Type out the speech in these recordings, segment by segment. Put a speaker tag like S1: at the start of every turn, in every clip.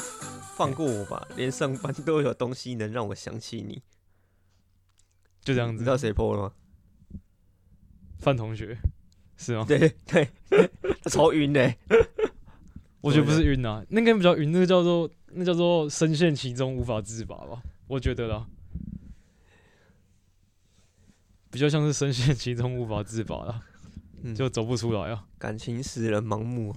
S1: 放过我吧，连上班都有东西能让我想起你。
S2: 就这样
S1: 你知
S2: 子。
S1: 道谁 PO 了吗？
S2: 范同学是吗？
S1: 对对， 超晕的、
S2: 我觉得不是晕啊，那个比较晕，那个叫做那叫做深陷其中无法自拔吧，我觉得啦，比较像是深陷其中无法自拔啦，
S1: 嗯
S2: 就走不出来啊。
S1: 感情使人盲目。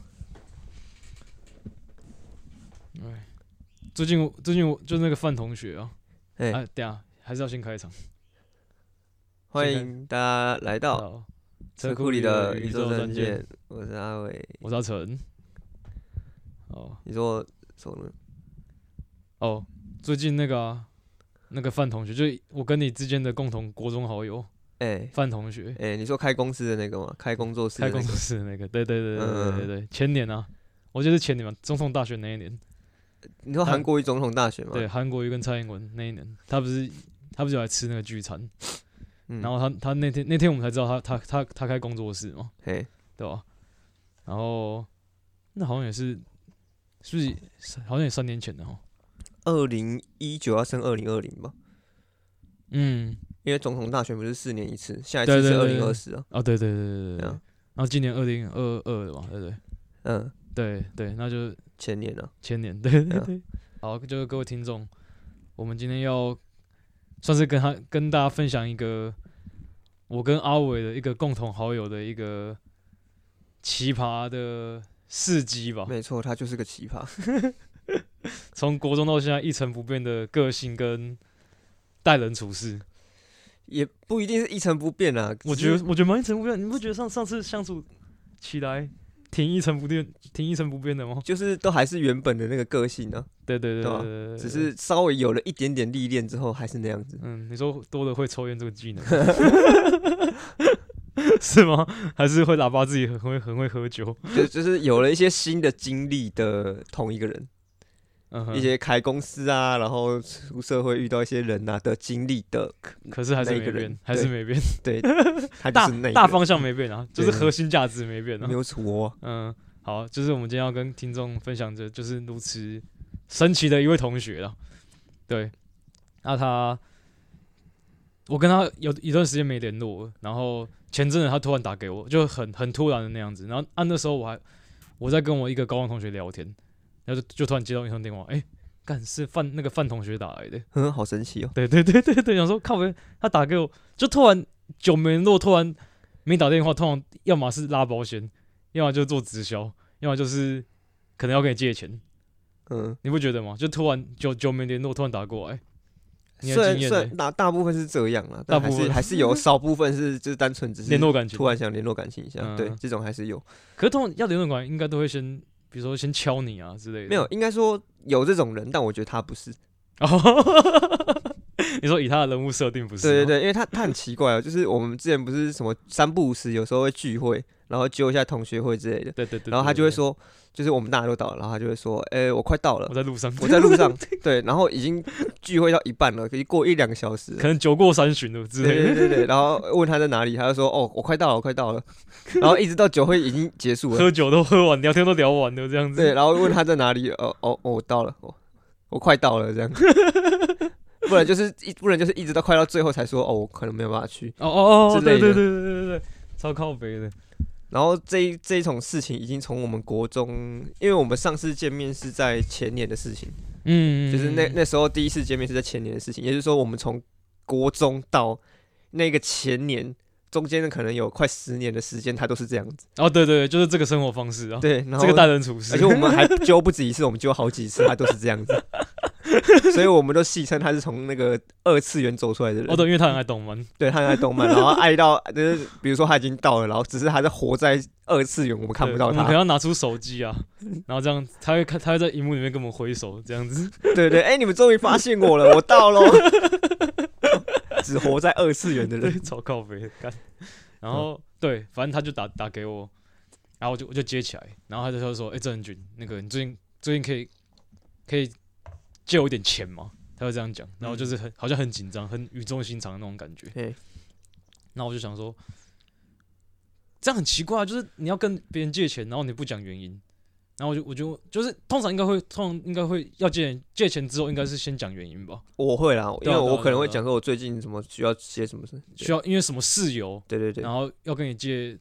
S2: 最近我最近我就那个范同学啊，
S1: 哎、
S2: 哎、等一下还是要先开场。
S1: 欢迎大家来到
S2: 好，
S1: 车库里的宇宙战，舰，我是阿伟。
S2: 我是阿成。哦
S1: 你说什么呢？
S2: 哦，最近那个啊、那个范同学，就是我跟你之间的共同国中好友
S1: 哎、
S2: 范同学，
S1: 哎、你说开公司的那个吗？开工作室的
S2: 开
S1: 那
S2: 工
S1: 个
S2: 作室的那个，对对对对对
S1: 嗯
S2: 对对，前年啊，我记得是前年嘛，总统大选那一年，
S1: 你说韩国瑜总统大选吗？
S2: 对，韩国瑜跟蔡英文那一年，他不是他不是有来吃那个聚餐，
S1: 嗯，
S2: 然后他他那天那天我们才知道他他他他开工作室嘛，
S1: 哎、
S2: 对吧？然后那好像也是，是不是也好像也三年前的哦？
S1: 二零一九要升二零二零吧，
S2: 嗯，
S1: 因为总统大选不是四年一次，下一
S2: 对
S1: 次是二
S2: 对
S1: 零
S2: 对
S1: 二四啊。
S2: 啊，对对对对对
S1: 对
S2: 对
S1: 啊。
S2: 然后今年二零二二了嘛，对不对？
S1: 嗯，
S2: 对对，那就
S1: 前年啊，
S2: 前年，对
S1: 对
S2: 对
S1: 啊
S2: 对。好，就是各位听众，我们今天要算是跟他跟大家分享一个我跟阿伟的一个共同好友的一个奇葩的事迹吧，
S1: 没错，他就是个奇葩。
S2: 从国中到现在一成不变的个性跟待人处事，
S1: 也不一定是一成不变啊。
S2: 我
S1: 只
S2: 觉
S1: 是
S2: 得我觉得蛮一成不变。你不觉得上上次相处起来挺一成不变、挺一成不变的吗？
S1: 就是都还是原本的那个个性呢、
S2: 对对
S1: 对
S2: 对对
S1: 啊
S2: 对对对，
S1: 只是稍微有了一点点历练之后，还是那样子。
S2: 嗯，你说多了会抽烟这个技能 是吗？还是会喇叭自己很会很会喝酒？
S1: 就就是有了一些新的经历的同一个人，
S2: 嗯哼，
S1: 一些开公司啊，然后出社会遇到一些人啊的经历的，
S2: 可是还是
S1: 那一
S2: 没
S1: 个
S2: 变
S1: 人，
S2: 还是
S1: 对
S2: 没变，
S1: 对，他就
S2: 大
S1: 是那一
S2: 大
S1: 个
S2: 方向没变啊，就是
S1: 对
S2: 核心价值没变
S1: 人没
S2: 啊。
S1: 有错、啊。
S2: 嗯，好，就是我们今天要跟听众分享着，就是如此神奇的一位同学了。对，那他，我跟他有一段时间没联络了，然后前阵子他突然打给我，就很很突然的那样子。然后啊，那时候我还我在跟我一个高中同学聊天，然后就就突然接到一通电话，哎、干是范那个范同学打来的，
S1: 嗯，好神奇哦。
S2: 对对对对对，想说靠边，他打给我，就突然久没联络，突然没打电话，通常要么是拉保险，要么就做直销，要么就是可能要跟你借钱，
S1: 嗯，
S2: 你不觉得吗？就突然久久没联络，突然打过来，你
S1: 虽
S2: 的
S1: 然
S2: 经验
S1: 虽然
S2: 呢
S1: 大大部分是这样啦，但
S2: 大
S1: 还
S2: 部
S1: 是
S2: 分
S1: 还是有少部分是就是单纯只是
S2: 联络感情
S1: 突，然想联络感情一下，
S2: 嗯
S1: 对，这种还是有。
S2: 可是通常要联络感情，应该都会先，比如说先敲你啊之类的。
S1: 没有，应该说有这种人，但我觉得他不是。
S2: 哦，你说以他的人物设定不是？
S1: 对对，对，因为他他很奇怪哦，就是我们之前不是什么三不五时，有时候会聚会，然后揪一下同学会之类的，
S2: 对对对，
S1: 然后他就会
S2: 对，
S1: 说，就是我们大家都到了，然后他就会说，哎、我快到
S2: 对我
S1: 了，
S2: 在路上，
S1: 我在 路上，对，然后已经聚会到一半了，可以过一两个小时了
S2: 可能酒过三巡了之
S1: 对
S2: 类
S1: 对
S2: 的。
S1: 对对，然后问他在哪里，他就说哦，我快到了，我快到了， 然后一直到酒会已经结束了，
S2: 喝酒都喝完，聊天都聊完了，这样子。
S1: 对，然后问他在哪里，哦哦哦，我到了，哦，我快到了这样， 不然就是一不然就是一直到快到最后才说哦，我可能没有办法去，
S2: 哦哦哦，
S1: 之
S2: 对
S1: 类
S2: 对
S1: 的
S2: 对对对对对，超靠北的。
S1: 然后这一这一种事情已经从我们国中，因为我们上次见面是在前年的事情，
S2: 嗯
S1: 就是那那时候第一次见面是在前年的事情，也就是说我们从国中到那个前年中间可能有快十年的时间，他都是这样子。
S2: 哦，对对，就是这个生活方式啊，
S1: 对，然后
S2: 这个待人处事，
S1: 而且我们还揪不止一次，我们揪好几次，他都是这样子。所以我们都戏称他是从那个二次元走出来的人。
S2: 哦对，因为他很爱懂门，
S1: 对，他很爱动漫，然后爱到就是比如说他已经到了，然后只是还在活在二次元，我们看不
S2: 对
S1: 到
S2: 我们
S1: 他
S2: 可能。要拿出手机啊，然后这样，他会看，他会在荧幕里面跟我们挥手，这样子。
S1: 对对，哎、你们终于发现我了，我 到喽！只活在二次元的人，
S2: 对，超靠北的干。然后、对，反正他就打打给我，然后我就我就接起来，然后他就他就说：“哎、郑仁君，那个你最近最近可以可以借我一点钱吗？”他就这样讲，然后就是很、好像很紧张，很语重心长的那种感觉。
S1: 嘿
S2: 那我就想说，这样很奇怪啊，就是你要跟别人借钱，然后你不讲原因，然然后我就我就就是通常应该会通常应该会要借钱借钱之后应该是先讲原因吧，
S1: 我会啦，因
S2: 对啊
S1: 为
S2: 对啊
S1: 我可能会
S2: 对啊
S1: 讲说我最近什么需要些什么事，对
S2: 需要因为什么事由，
S1: 对对对
S2: 然，后要跟你借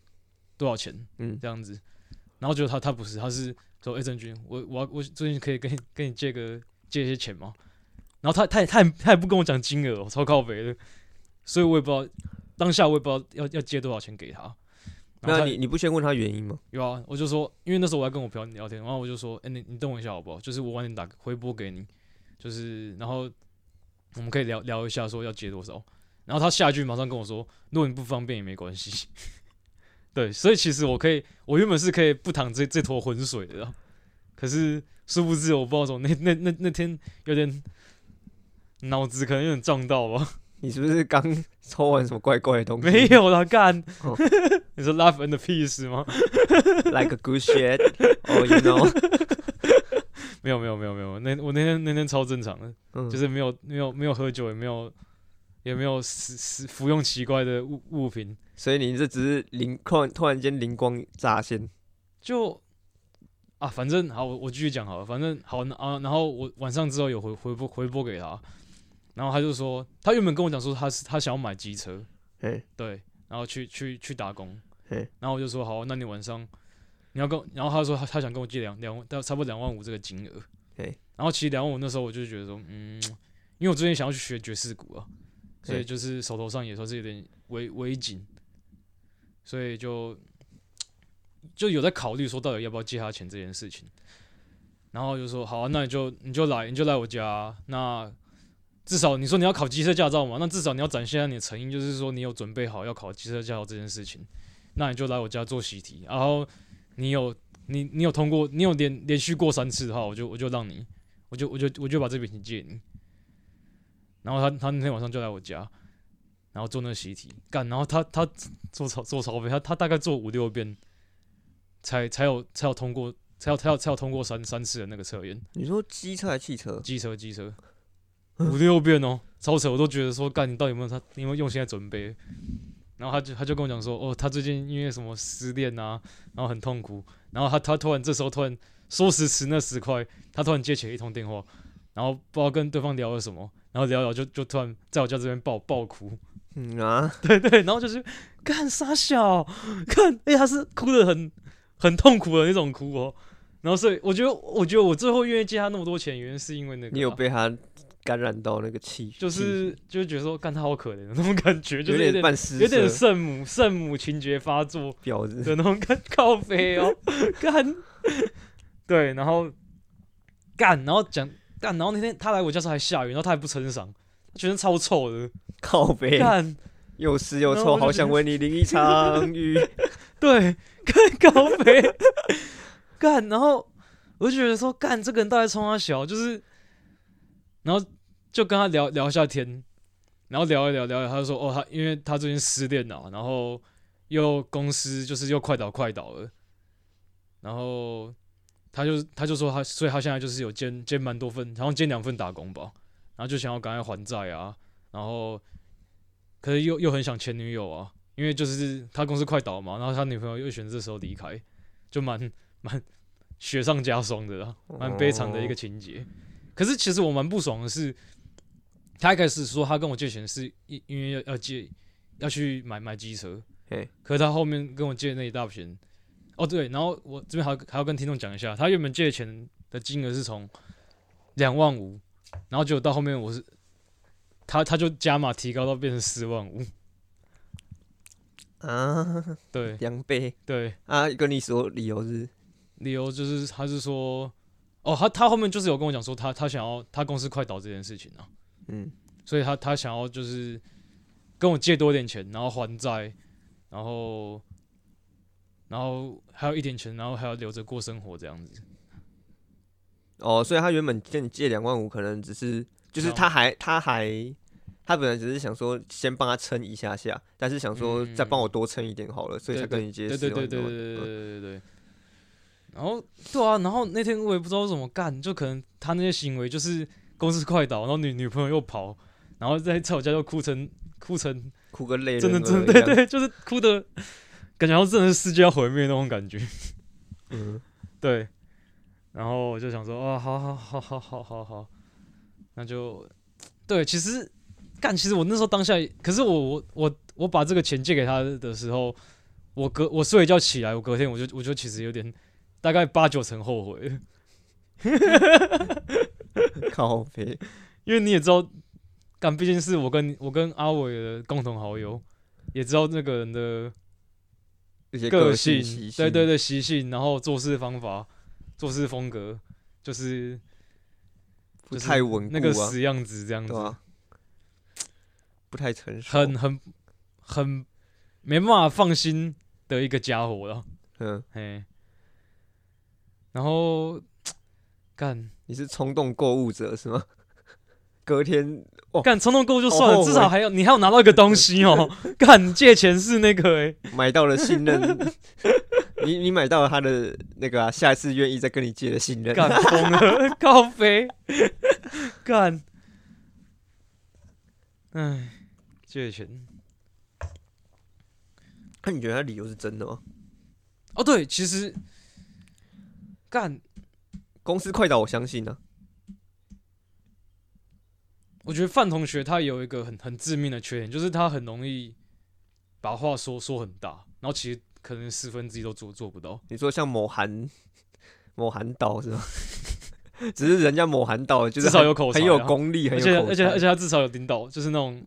S2: 多少钱
S1: 嗯，
S2: 这样子，然后结果他他不是，他是说哎郑钧，我我要我最近可以跟你跟你借个借一些钱吗？然后他他也他也他也不跟我讲金额、哦，超靠北的，所以我也不知道当下我也不知道要要借多少钱给他。然
S1: 那
S2: 后他
S1: 你你不先问他原因吗？
S2: 有啊，我就说，因为那时候我在跟我朋友聊天，然后我就说，哎、你你等我一下好不好？就是我晚点打回拨给你，就是然后我们可以聊聊一下，说要借多少。然后他下一句马上跟我说，如果你不方便也没关系。 对，所以其实我可以，我原本是可以不淌这这坨浑水的啊，可是殊不知我不知道怎么那那那那天有点脑子可能有点撞到吧，
S1: 你是不是刚 抽完什么怪怪的东西？
S2: 没有啦，干，
S1: 哦
S2: 你说 love and peace 吗？
S1: ，like a good shit，哦，you know，
S2: 没有没有没有没有，那我那天那天超正常的，
S1: 嗯，
S2: 就是没有没有没有喝酒，也没有也没有食食服用奇怪的物物品，
S1: 所以你这只是灵突然突然间灵光乍现，
S2: 就啊，反正好，我我继续讲好了，反正好啊，然后我晚上之后有回回拨回拨给他，然后他就说，他原本跟我讲说他是他想要买机车，
S1: 嘿，
S2: 对，然后去去去打工
S1: 嘿，
S2: 然后我就说好，那你晚上你要跟我，然后他说他他想跟我借两两大差不多两万五这个金额，
S1: 嘿
S2: 然后其实两万五那时候我就觉得说，嗯，因为我最近想要去学爵士鼓啊，所以
S1: 嘿
S2: 就是手头上也算是有点微微紧，所以就就有在考虑说到底要不要借他钱这件事情。然后就说好啊、那你就你就来你就来我家啊、那至少你说你要考机车驾照嘛，那至少你要展现一下你的诚意，就是说你有准备好要考机车驾照这件事情。那你就来我家做习题，然后你有你你有通过，你有连连续过三次的话，我就我就让你，我就我就我就把这笔钱借你。然后他他那天晚上就来我家，然后做那个习题，干，然后他他做超做超费，他他大概做五六遍，才才有才有通过，才有才有才有通过三三次的那个测验。
S1: 你说机车还是汽车？
S2: 机车机车，五六遍哦，超扯，我都觉得说，干你到底有没有他，你有没有用心在准备？然后他就他就跟我讲说，哦，他最近因为什么失恋啊，然后很痛苦，然后他他突然这时候突然说时迟那时快，他突然接起了一通电话，然后不知道跟对方聊了什么，然后聊聊就就突然在我家这边爆爆哭，
S1: 嗯啊，
S2: 对对，然后就是干傻小，看，哎、他是哭的很很痛苦的那种哭哦。然后所以我觉得，我觉得我最后愿意借他那么多钱，原因是因为那个啊、
S1: 你有被他感染到那个气，
S2: 就是就是觉得说，干他好可怜的那种感觉，
S1: 气有
S2: 就是有
S1: 点
S2: 点
S1: 半失
S2: 有点
S1: 色
S2: 圣母圣母情节发作
S1: 婊子，
S2: 的那种感靠飞哦，干，对，然后干，然后讲干，然后那天他来我家时候还下雨，然后他还不撑伞，他全身超臭的，
S1: 靠背，
S2: 干，
S1: 又湿又
S2: 啊然后
S1: 臭，
S2: 我就
S1: 好想为你淋一场 雨。
S2: 对，干靠飞， 干，然后我就觉得说，干这个人到底冲他小，就是，然后就跟他聊聊一下天，然后聊一聊聊一聊，他就说，哦，他因为他最近失恋了，然后又公司就是又快倒快倒了，然后他就他就说他，所以他现在就是有兼兼蛮多份，然后兼两份打工吧，然后就想要赶快还债啊，然后可是又又很想前女友啊，因为就是他公司快倒嘛，然后他女朋友又选择这时候离开，就蛮 蛮雪上加霜的啦，蛮悲惨的一个情节。可是其实我蛮不爽的是，他一开始说他跟我借钱是因因为要要借要去买买机车
S1: 嘿，
S2: 可是他后面跟我借那一大笔钱，哦对，然后我这边还要还要跟听众讲一下，他原本借钱的金额是从两万五，然后结果到后面我是他他就加码提高到变成四万五，
S1: 啊，
S2: 对
S1: 两倍
S2: 对，
S1: 啊！跟你说理由是，
S2: 理由就是他是说，哦他他后面就是有跟我讲说他他想要他公司快倒这件事情啊。
S1: 嗯，
S2: 所以他他想要就是跟我借多点钱，然后还债，然后然后还有一点钱，然后还要留着过生活这样子。
S1: 哦，所以他原本跟你借两万五，可能只是就是
S2: 哦
S1: 他还他还他本来只是想说先帮他撑一下下，但是想说再帮我多撑一点好了，所以才跟你借
S2: 嗯对
S1: 四
S2: 对
S1: 万
S2: 对对对
S1: 多。
S2: 对
S1: 嗯
S2: 对对对。哦然后对啊，然后那天我也不知道怎么干，就可能他那些行为就是公司快倒，然后女女朋友又跑，然后在在我家就哭成哭成
S1: 哭个累人啊
S2: 真的
S1: 儿
S2: 真
S1: 一
S2: 的对
S1: 样，
S2: 对，就是哭的感觉，好像真的是世界要毁灭那种感觉。
S1: 嗯，
S2: 对，然后我就想说，啊，好好好好好好好，那就对，其实干，其实我那时候当下，可是我我我我把这个钱借给他的时候，我隔我睡一觉起来，我隔天我就我就其实有点大概八九成后悔 了，
S1: 靠背，
S2: 因为你也知道，干，毕竟是我跟我跟阿伟的共同好友，也知道那个人的
S1: 这些
S2: 个
S1: 性
S2: 性，
S1: 习
S2: 对
S1: 性
S2: 对对，习性，然后做事方法、做事风格，就是
S1: 不
S2: 就是
S1: 太稳固
S2: 那
S1: 啊，
S2: 个死样子这样子，
S1: 对啊，不太成熟，
S2: 很很很没办法放心的一个家伙了，
S1: 嗯，
S2: 嘿。然后干
S1: 你是冲动购物者是吗？ 隔天
S2: 干冲动购物就算了，
S1: 哦
S2: 至少还有你还有拿到一个东西哦。干你借钱是那个欸
S1: 买到了信 任，你你买到了他的那个啊，下一次愿意再跟你借的信任，
S2: 干疯了，高飞，干，哎，借钱。
S1: 那你觉得他理由是真的吗？
S2: 哦，对，其实干，
S1: 公司快倒，我相信呢、啊
S2: 我觉得范同学他有一个很很致命的缺点，就是他很容易把话说说很大，然后其实可能四分之一都做做不到。
S1: 你说像某韩某韩岛是吗？ 只是人家某韩岛就是
S2: 至少
S1: 很
S2: 有口才啊
S1: 很有功力，很
S2: 而
S1: 有
S2: 且
S1: 口才，
S2: 而且而且他至少有领导，就是那种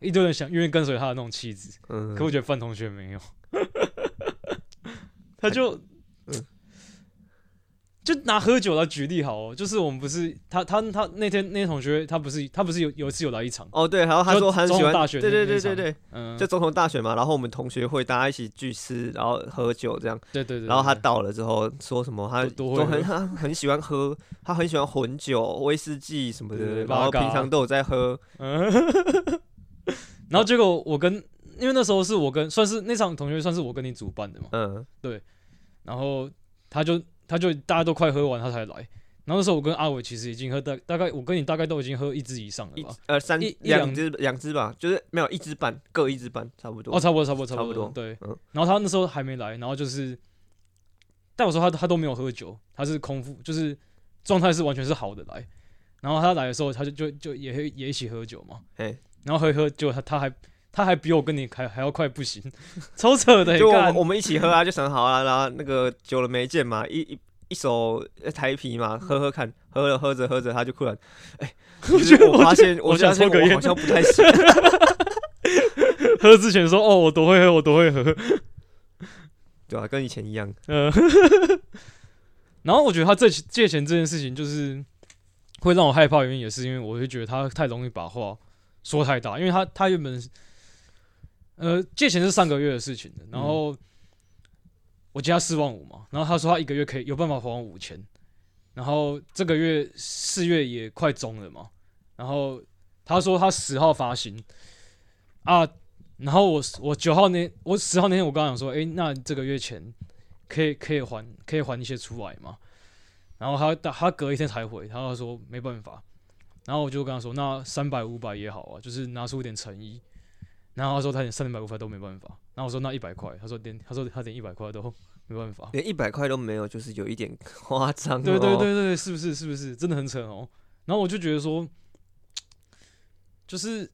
S2: 一堆人想愿意跟随他的那种气质。
S1: 嗯，
S2: 可我觉得范同学没有， 他就
S1: 嗯
S2: 就拿喝酒来举例好哦，就是我们不是他他他那天那天同学他不是他不是有有一次有来一场，
S1: 哦对，然后他
S2: 就
S1: 说他很喜
S2: 中
S1: 欢
S2: 统大学
S1: 对
S2: 那
S1: 对
S2: 那一
S1: 对
S2: 场
S1: 对对，
S2: 嗯，
S1: 就总统大选嘛，然后我们同学会大家一起聚吃，然后喝酒这样，
S2: 对对对，
S1: 然后他
S2: 对
S1: 到了之后说什么他
S2: 都都
S1: 都
S2: 会
S1: 很
S2: 喝
S1: 他很喜欢喝，他很喜欢混酒、威士忌什么
S2: 对对
S1: 的，
S2: 对
S1: 然后
S2: Vodka
S1: 平常都有在喝，
S2: 嗯， 然后结果我跟，因为那时候是我跟，算是那场同学算是我跟你主办的嘛，
S1: 嗯
S2: 然后他就他就大家都快喝完他才来，然后那时候我跟阿伟其实已经喝大大概我跟你大概都已经喝一支以上了
S1: 一
S2: 吧，
S1: 呃三
S2: 一一
S1: 两
S2: 两
S1: 只两只吧，就是没有一只半各一只半差不多
S2: 哦，，差不多差不多差
S1: 差不多
S2: 对
S1: 嗯，
S2: 然后他那时候还没来，然后就是，但我说他他都没有喝酒，他是空腹，就是状态是完全是好的来，然后他来的时候他就就就也会也一起喝酒嘛，
S1: 嘿
S2: 然后喝一喝，结果他他还他还比我跟你还还要快不行，超扯的、欸，
S1: 就我
S2: 干
S1: 们我们一起喝啊， 就想好啊，然后那个久了没见嘛，一一一手呃台啤
S2: 嗯
S1: 嘛，喝喝看，喝了喝着喝着，他就突然， 哎、我
S2: 觉得
S1: 我发现
S2: 我
S1: 我
S2: 觉得
S1: 发现
S2: 我想抽个烟
S1: 我好像不太行，
S2: 喝之前说哦，我都会喝，我都会喝。
S1: 对吧、啊跟以前一样，
S2: 呃， 然后我觉得他这借钱这件事情，就是会让我害怕，原因也是因为我会觉得他太容易把话说太大，因为他他原本是呃借钱是上个月的事情的，然后我借他四万五嘛，然后他说他一个月可以有办法还我五千，然后这个月四月也快中了嘛，然后他说他十号发行啊，然后我我九号那我十号那天我刚讲说，诶，那这个月钱可以可以还可以还一些出来嘛，然后他他他隔一天才回，他就说没办法，然后我就跟他说那三百五百也好啊，就是拿出一点诚意，然后他说他连三百五百都没办法，然后我说那一百块，他说连他说他连一百块都没办法，
S1: 连一百块都没有，就是有一点夸 张、哦，
S2: 对对对对，是不是是不是真的很扯哦？然后我就觉得说，就是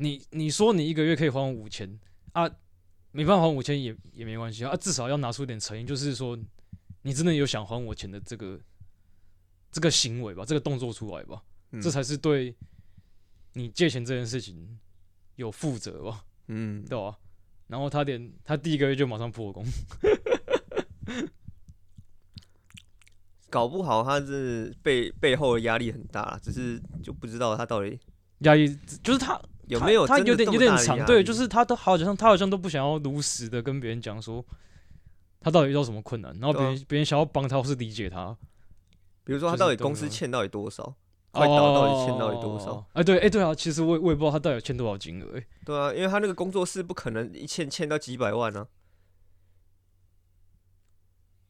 S2: 你你说你一个月可以还我五千啊，没办法还五千也也没关系啊，啊至少要拿出一点诚意，就是说你真的有想还我钱的这个这个行为吧，这个动作出来吧，
S1: 嗯
S2: 这才是对你借钱这件事情有负责吧，
S1: 嗯，
S2: 对吧、然后他连他第一个月就马上破功，
S1: 搞不好他是背背后的压力很大啦，只是就不知道他到底
S2: 压抑就是他
S1: 有
S2: 他
S1: 没有
S2: 他
S1: 真的
S2: 有点
S1: 这
S2: 有
S1: 么
S2: 点
S1: 大的
S2: 长，
S1: 压
S2: 对，
S1: 力
S2: 就是他都好像他好像都不想要如实的跟别人讲说他到底遇到什么困难，然后别
S1: 对啊
S2: 人别人想要帮他或是理解他，
S1: 比如说他
S2: 就是
S1: 到底
S2: 都没
S1: 公司
S2: 有
S1: 欠到底多少，快倒到底欠到底多
S2: 哦
S1: 少？？
S2: 哎，对，哎，对啊，其实我也我也不知道他到底有欠多少金额，哎
S1: 对啊，因为他那个工作室不可能一欠欠到几百万啊，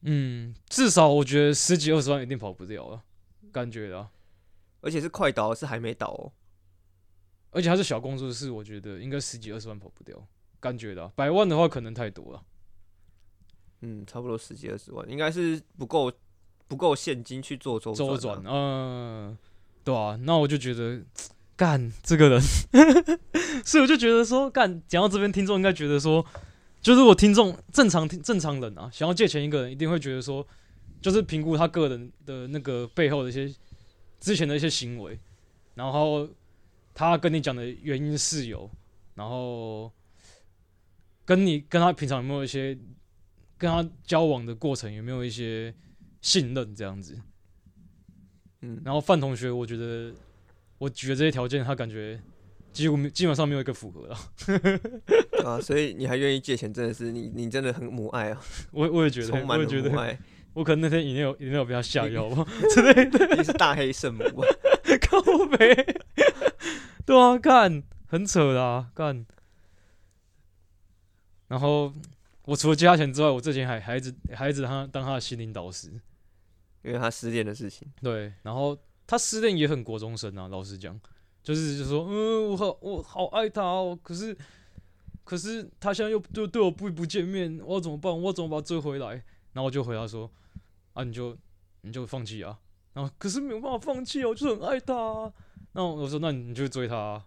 S2: 嗯，至少我觉得十几二十万一定跑不掉了，感觉啊，
S1: 而且是快倒是还没倒哦。
S2: 而且他是小工作室，我觉得应该十几二十万跑不掉，感觉的啊，百万的话可能太多了，
S1: 嗯，差不多十几二十万，应该是不够不够现金去做周
S2: 周
S1: 转啊、，
S2: 转嗯、对啊，那我就觉得干这个人， 所以我就觉得说，干讲到这边，听众应该觉得说，就是我听众正常听正常人啊，想要借钱一个人，一定会觉得说，就是评估他个人的那个背后的一些之前的一些行为，然后他跟你讲的原因是有，然后跟你跟他平常有没有一些跟他交往的过程有没有一些信任这样子，
S1: 嗯，
S2: 然后范同学，我觉得我举的这些条件，他感觉几乎没基本上没有一个符合了。
S1: 啊，所以你还愿意借钱，真的是你你真的很母爱啊，
S2: 我我也觉得，
S1: 充
S2: 我
S1: 满
S2: 也
S1: 了
S2: 觉
S1: 母
S2: 得，
S1: 爱，
S2: 我可能那天饮料饮料被 他下药吧，
S1: 你是大黑圣母啊。
S2: 靠背。对啊，干很扯啦，干。然后我除了借他钱之外，我之前还还一直还一直当他当他的心灵导师。
S1: 因为他失恋的事情，
S2: 对，然后他失恋也很国中生啊，老实讲，就是就说，嗯，我好我好爱他哦，可是可是他现在又就对我不不见面，我要怎么办？我要怎么把他追回来？然后我就回答说，啊，你就你就放弃啊。然后可是没有办法放弃啊，我就是很爱他、啊。然后我说，那你就追他、啊。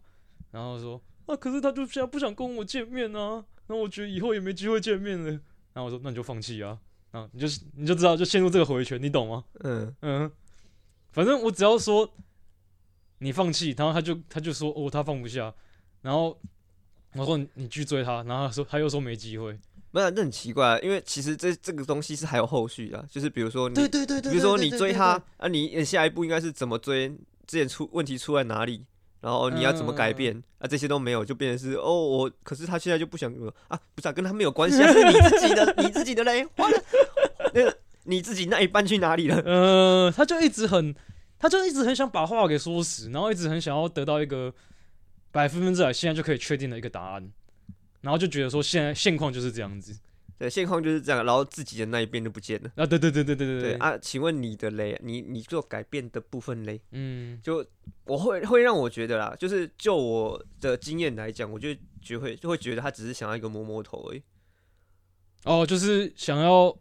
S2: 然后说，啊，可是他就现在不想跟我见面啊。那我觉得以后也没机会见面了。然后我说，那你就放弃啊。然后你就你就知道就陷入这个回圈，你懂吗？
S1: 嗯，
S2: 嗯，反正我只要说你放弃，然后他就他就说哦，他放不下，然后我说你你去追他，然后他说他又说没机会，
S1: 没有，那很奇怪、啊，因为其实这这个东西是还有后续的啊、就是比如说你，
S2: 对对对对，
S1: 比如说你
S2: 对
S1: 追他，啊，你你下一步应该是怎么追？之前出问题出在哪里？然后你要怎么改
S2: 嗯
S1: 变？啊，这些都没有，就变成是哦，我可是他现在就不想跟我啊，不是、啊、跟他没有关系、啊，是你自己的，你自己的嘞，完了，那个你自己那一半去哪里了？
S2: 呃，他就一直很，他就一直很想把话给说死，然后一直很想要得到一个百分之百现在就可以确定的一个答案，然后就觉得说现在现况就是这样子
S1: 对，现况就是这样，然后自己的那一边就不见了。
S2: 啊，对对对对对对
S1: 对啊，请问你的嘞，你你做改变的部分嘞？
S2: 嗯
S1: 就我会会让我觉得啦，就是就我的经验来讲，我就觉会就会觉得他只是想要一个摸摸头而已。
S2: 哦，就是想要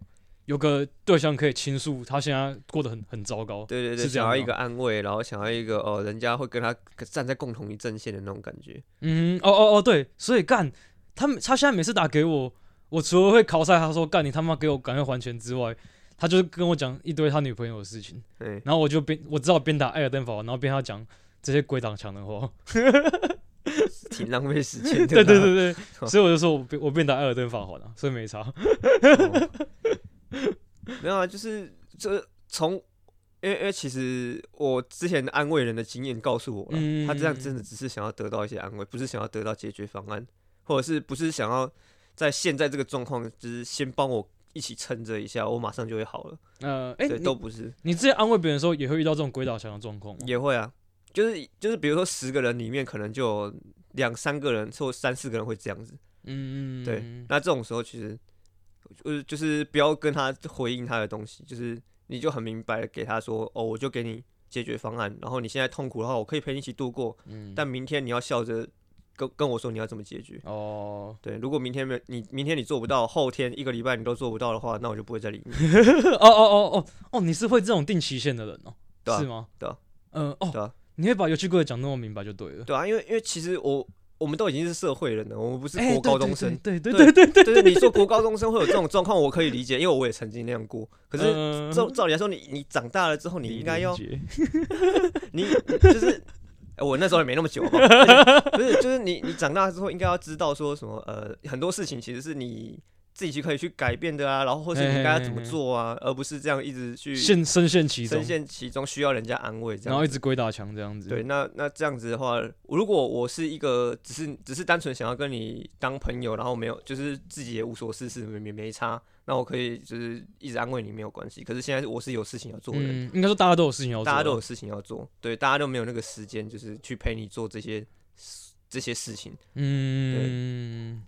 S2: 有个对象可以倾诉，他现在过得很很糟糕，
S1: 对对对，
S2: 是这样
S1: 想
S2: 吗
S1: 要一个安慰，然后想要一个哦，人家会跟他站在共同一阵线的那种感觉。
S2: 嗯，哦哦哦，对，所以干他们，他现在每次打给我，我除了会考晒他说干你他妈给我赶快还钱之外，他就是跟我讲一堆他女朋友的事情，
S1: 对，
S2: 然后我就边我知道边打艾尔登法环，然后边跟他讲这些鬼挡墙的 话，
S1: 挺浪费时间的。
S2: 对对对对，
S1: 吧
S2: 所以我就说我边我边打艾尔登法环啊，所以没差，
S1: 对，没有啊，就是这从因为因为其实我之前安慰人的经验告诉我了，
S2: 嗯
S1: 他这样真的只是想要得到一些安慰，不是想要得到解决方案，或者是不是想要在现在这个状况，就是先帮我一起撑着一下，我马上就会好了。
S2: 呃，哎、
S1: 对，
S2: 你
S1: 都不是，
S2: 你之前安慰别人的时候也会遇到这种鬼打墙的状况吗？
S1: 也会啊，就是就是比如说十个人里面可能就有两三个人或三四个人会这样子，
S2: 嗯，
S1: 对那这种时候其实就是就是不要跟他回应他的东西，就是你就很明白的给他说，哦，我就给你解决方案，然后你现在痛苦的话，我可以陪你一起度过，
S2: 嗯，
S1: 但明天你要笑着跟跟我说你要怎么解决。
S2: 哦，
S1: 对，如果明天没有你，明天你做不到，后天一个礼拜你都做不到的话，那我就不会再理你，
S2: 哦哦哦哦哦，你是会这种定期限的人哦，
S1: 对啊
S2: 是吗？
S1: 对啊，
S2: 嗯、哦，
S1: 对啊
S2: 你会把游戏规则讲那么明白就对了。
S1: 对啊，因为因为其实我我们都已经是社会人了，我们不是
S2: 哎
S1: 国高中生，
S2: 对对
S1: 对
S2: 对对对
S1: 就
S2: 对，
S1: 是你说国高中生会有这种状况，我可以理解，因为我也曾经那样过。可是
S2: 嗯
S1: 照照理来说，你你长大了之后，你应该要
S2: 理解
S1: 你就是。呃我那时候也没那么久好不好不是，就是你，你长大之后应该要知道说什么，呃，很多事情其实是你自己去可以去改变的啊，然后或是你应该要怎么做啊，而不是这样一直去
S2: 陷深陷其中
S1: 深，陷其中，需要人家安慰这
S2: 然后
S1: 样
S2: 一
S1: 子。
S2: 直鬼打墙这样子。
S1: 对，，那那这样子的话，如果我是一个只是只是单纯想要跟你当朋友，然后没有就是自己也无所事事，没没没差，那我可以就是一直安慰你没有关系。可是现在我是有事情要做的人，
S2: 嗯，应该说大家都有事情要做，啊
S1: 大家都有事情要做，对，大家都没有那个时间，就是去陪你做这些这些事情，
S2: 嗯，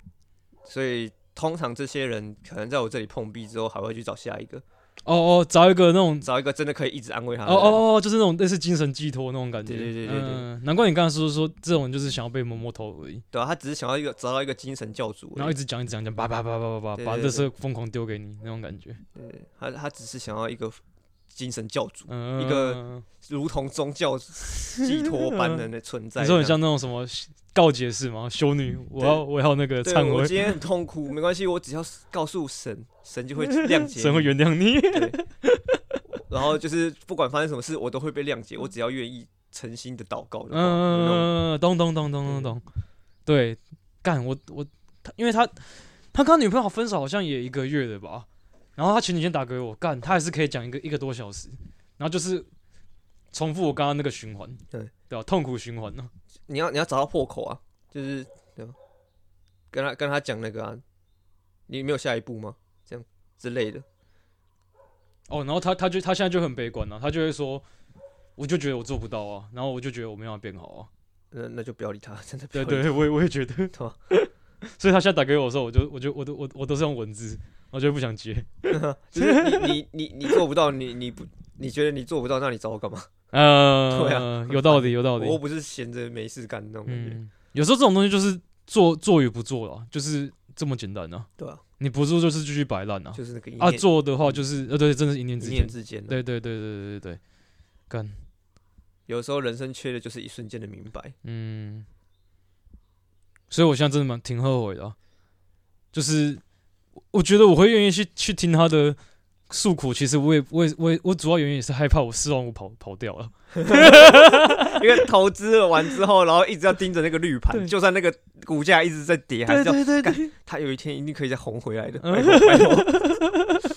S1: 所以通常这些人可能在我这里碰壁之后，还会去找下一个，
S2: 哦哦，找一个那种
S1: 找一个真的可以一直安慰他的
S2: 哦
S1: 人。
S2: 哦哦，就是那种类似精神寄托那种感觉。
S1: 啊对对对对对
S2: 嗯，难怪你刚才说说这种人就是想要被摸摸头而已，
S1: 对啊，他只是想要一个找到一个精神教主而已，
S2: 然后一直讲一直讲讲，叭叭叭叭叭叭，
S1: 对
S2: 把
S1: 对
S2: 这
S1: 对
S2: 事疯狂丢给你那种感觉。
S1: 对他他只是想要一个精神教主，
S2: 嗯，
S1: 一个如同宗教寄托般 的那存在。
S2: 你说很
S1: 这样
S2: 像那种什么告解式吗？修女，我要我要那个
S1: 对
S2: 忏
S1: 我
S2: 悔，
S1: 今天很痛苦，没关系，我只要告诉神，神 就会谅解你，
S2: 神会原谅你。
S1: 然后就是不管发生什么事，我都会被谅解，我只要愿意诚心的祷告的话，有那种
S2: 嗯，懂懂懂懂懂懂，对，干我我他，因为他他跟他女朋友分手好像也一个月了吧，然后他前几天打给我，干他还是可以讲一个一个多小时，然后就是重复我刚刚那个循环，
S1: 对
S2: 对吧？痛苦循环啊呢、
S1: 你要你要找到破口啊，就是对吧跟他跟他讲那个啊，你没有下一步吗？这样之类的，
S2: 哦，然后他他就他现在就很悲观啊了、他就会说，我就觉得我做不到啊，然后我就觉得我没办法变好啊，
S1: 那那就不要理他，真的不要
S2: 对
S1: 理他。
S2: 对，我也我也觉得，
S1: 对啊
S2: 所以他现在打给我的时候，我就我就我都我我都是用文字，我就不想接。
S1: 就是你你你你做不到，你你不你觉得你做不到，那你找我干嘛？
S2: 呃，
S1: 对啊
S2: 有道理，有道
S1: 我
S2: 理。
S1: 又不是闲着没事干那种感觉，
S2: 嗯，有时候这种东西就是做做与不做了，就是这么简单啊。
S1: 对啊，
S2: 你不做就是继续摆烂啊。
S1: 就是那个一
S2: 啊，
S1: 念嗯
S2: 做的话就是呃，对，真的是一念
S1: 一
S2: 之
S1: 念
S2: 间。
S1: 之间啊，
S2: 对对对对对对对，干，
S1: 有时候人生缺的就是一瞬间的明白。
S2: 嗯。所以我现在真的蛮挺后悔的啊、就是我我觉得我会愿意去去听他的诉苦，其实我也我也我也我主要原因也是害怕我四万五跑跑掉了。
S1: 因为投资了完之后，然后一直要盯着那个绿盘，
S2: 对
S1: 就算那个股价一直在跌，还是要
S2: 对对对。
S1: 它有一天一定可以再红回来的。
S2: 嗯
S1: 拜托拜托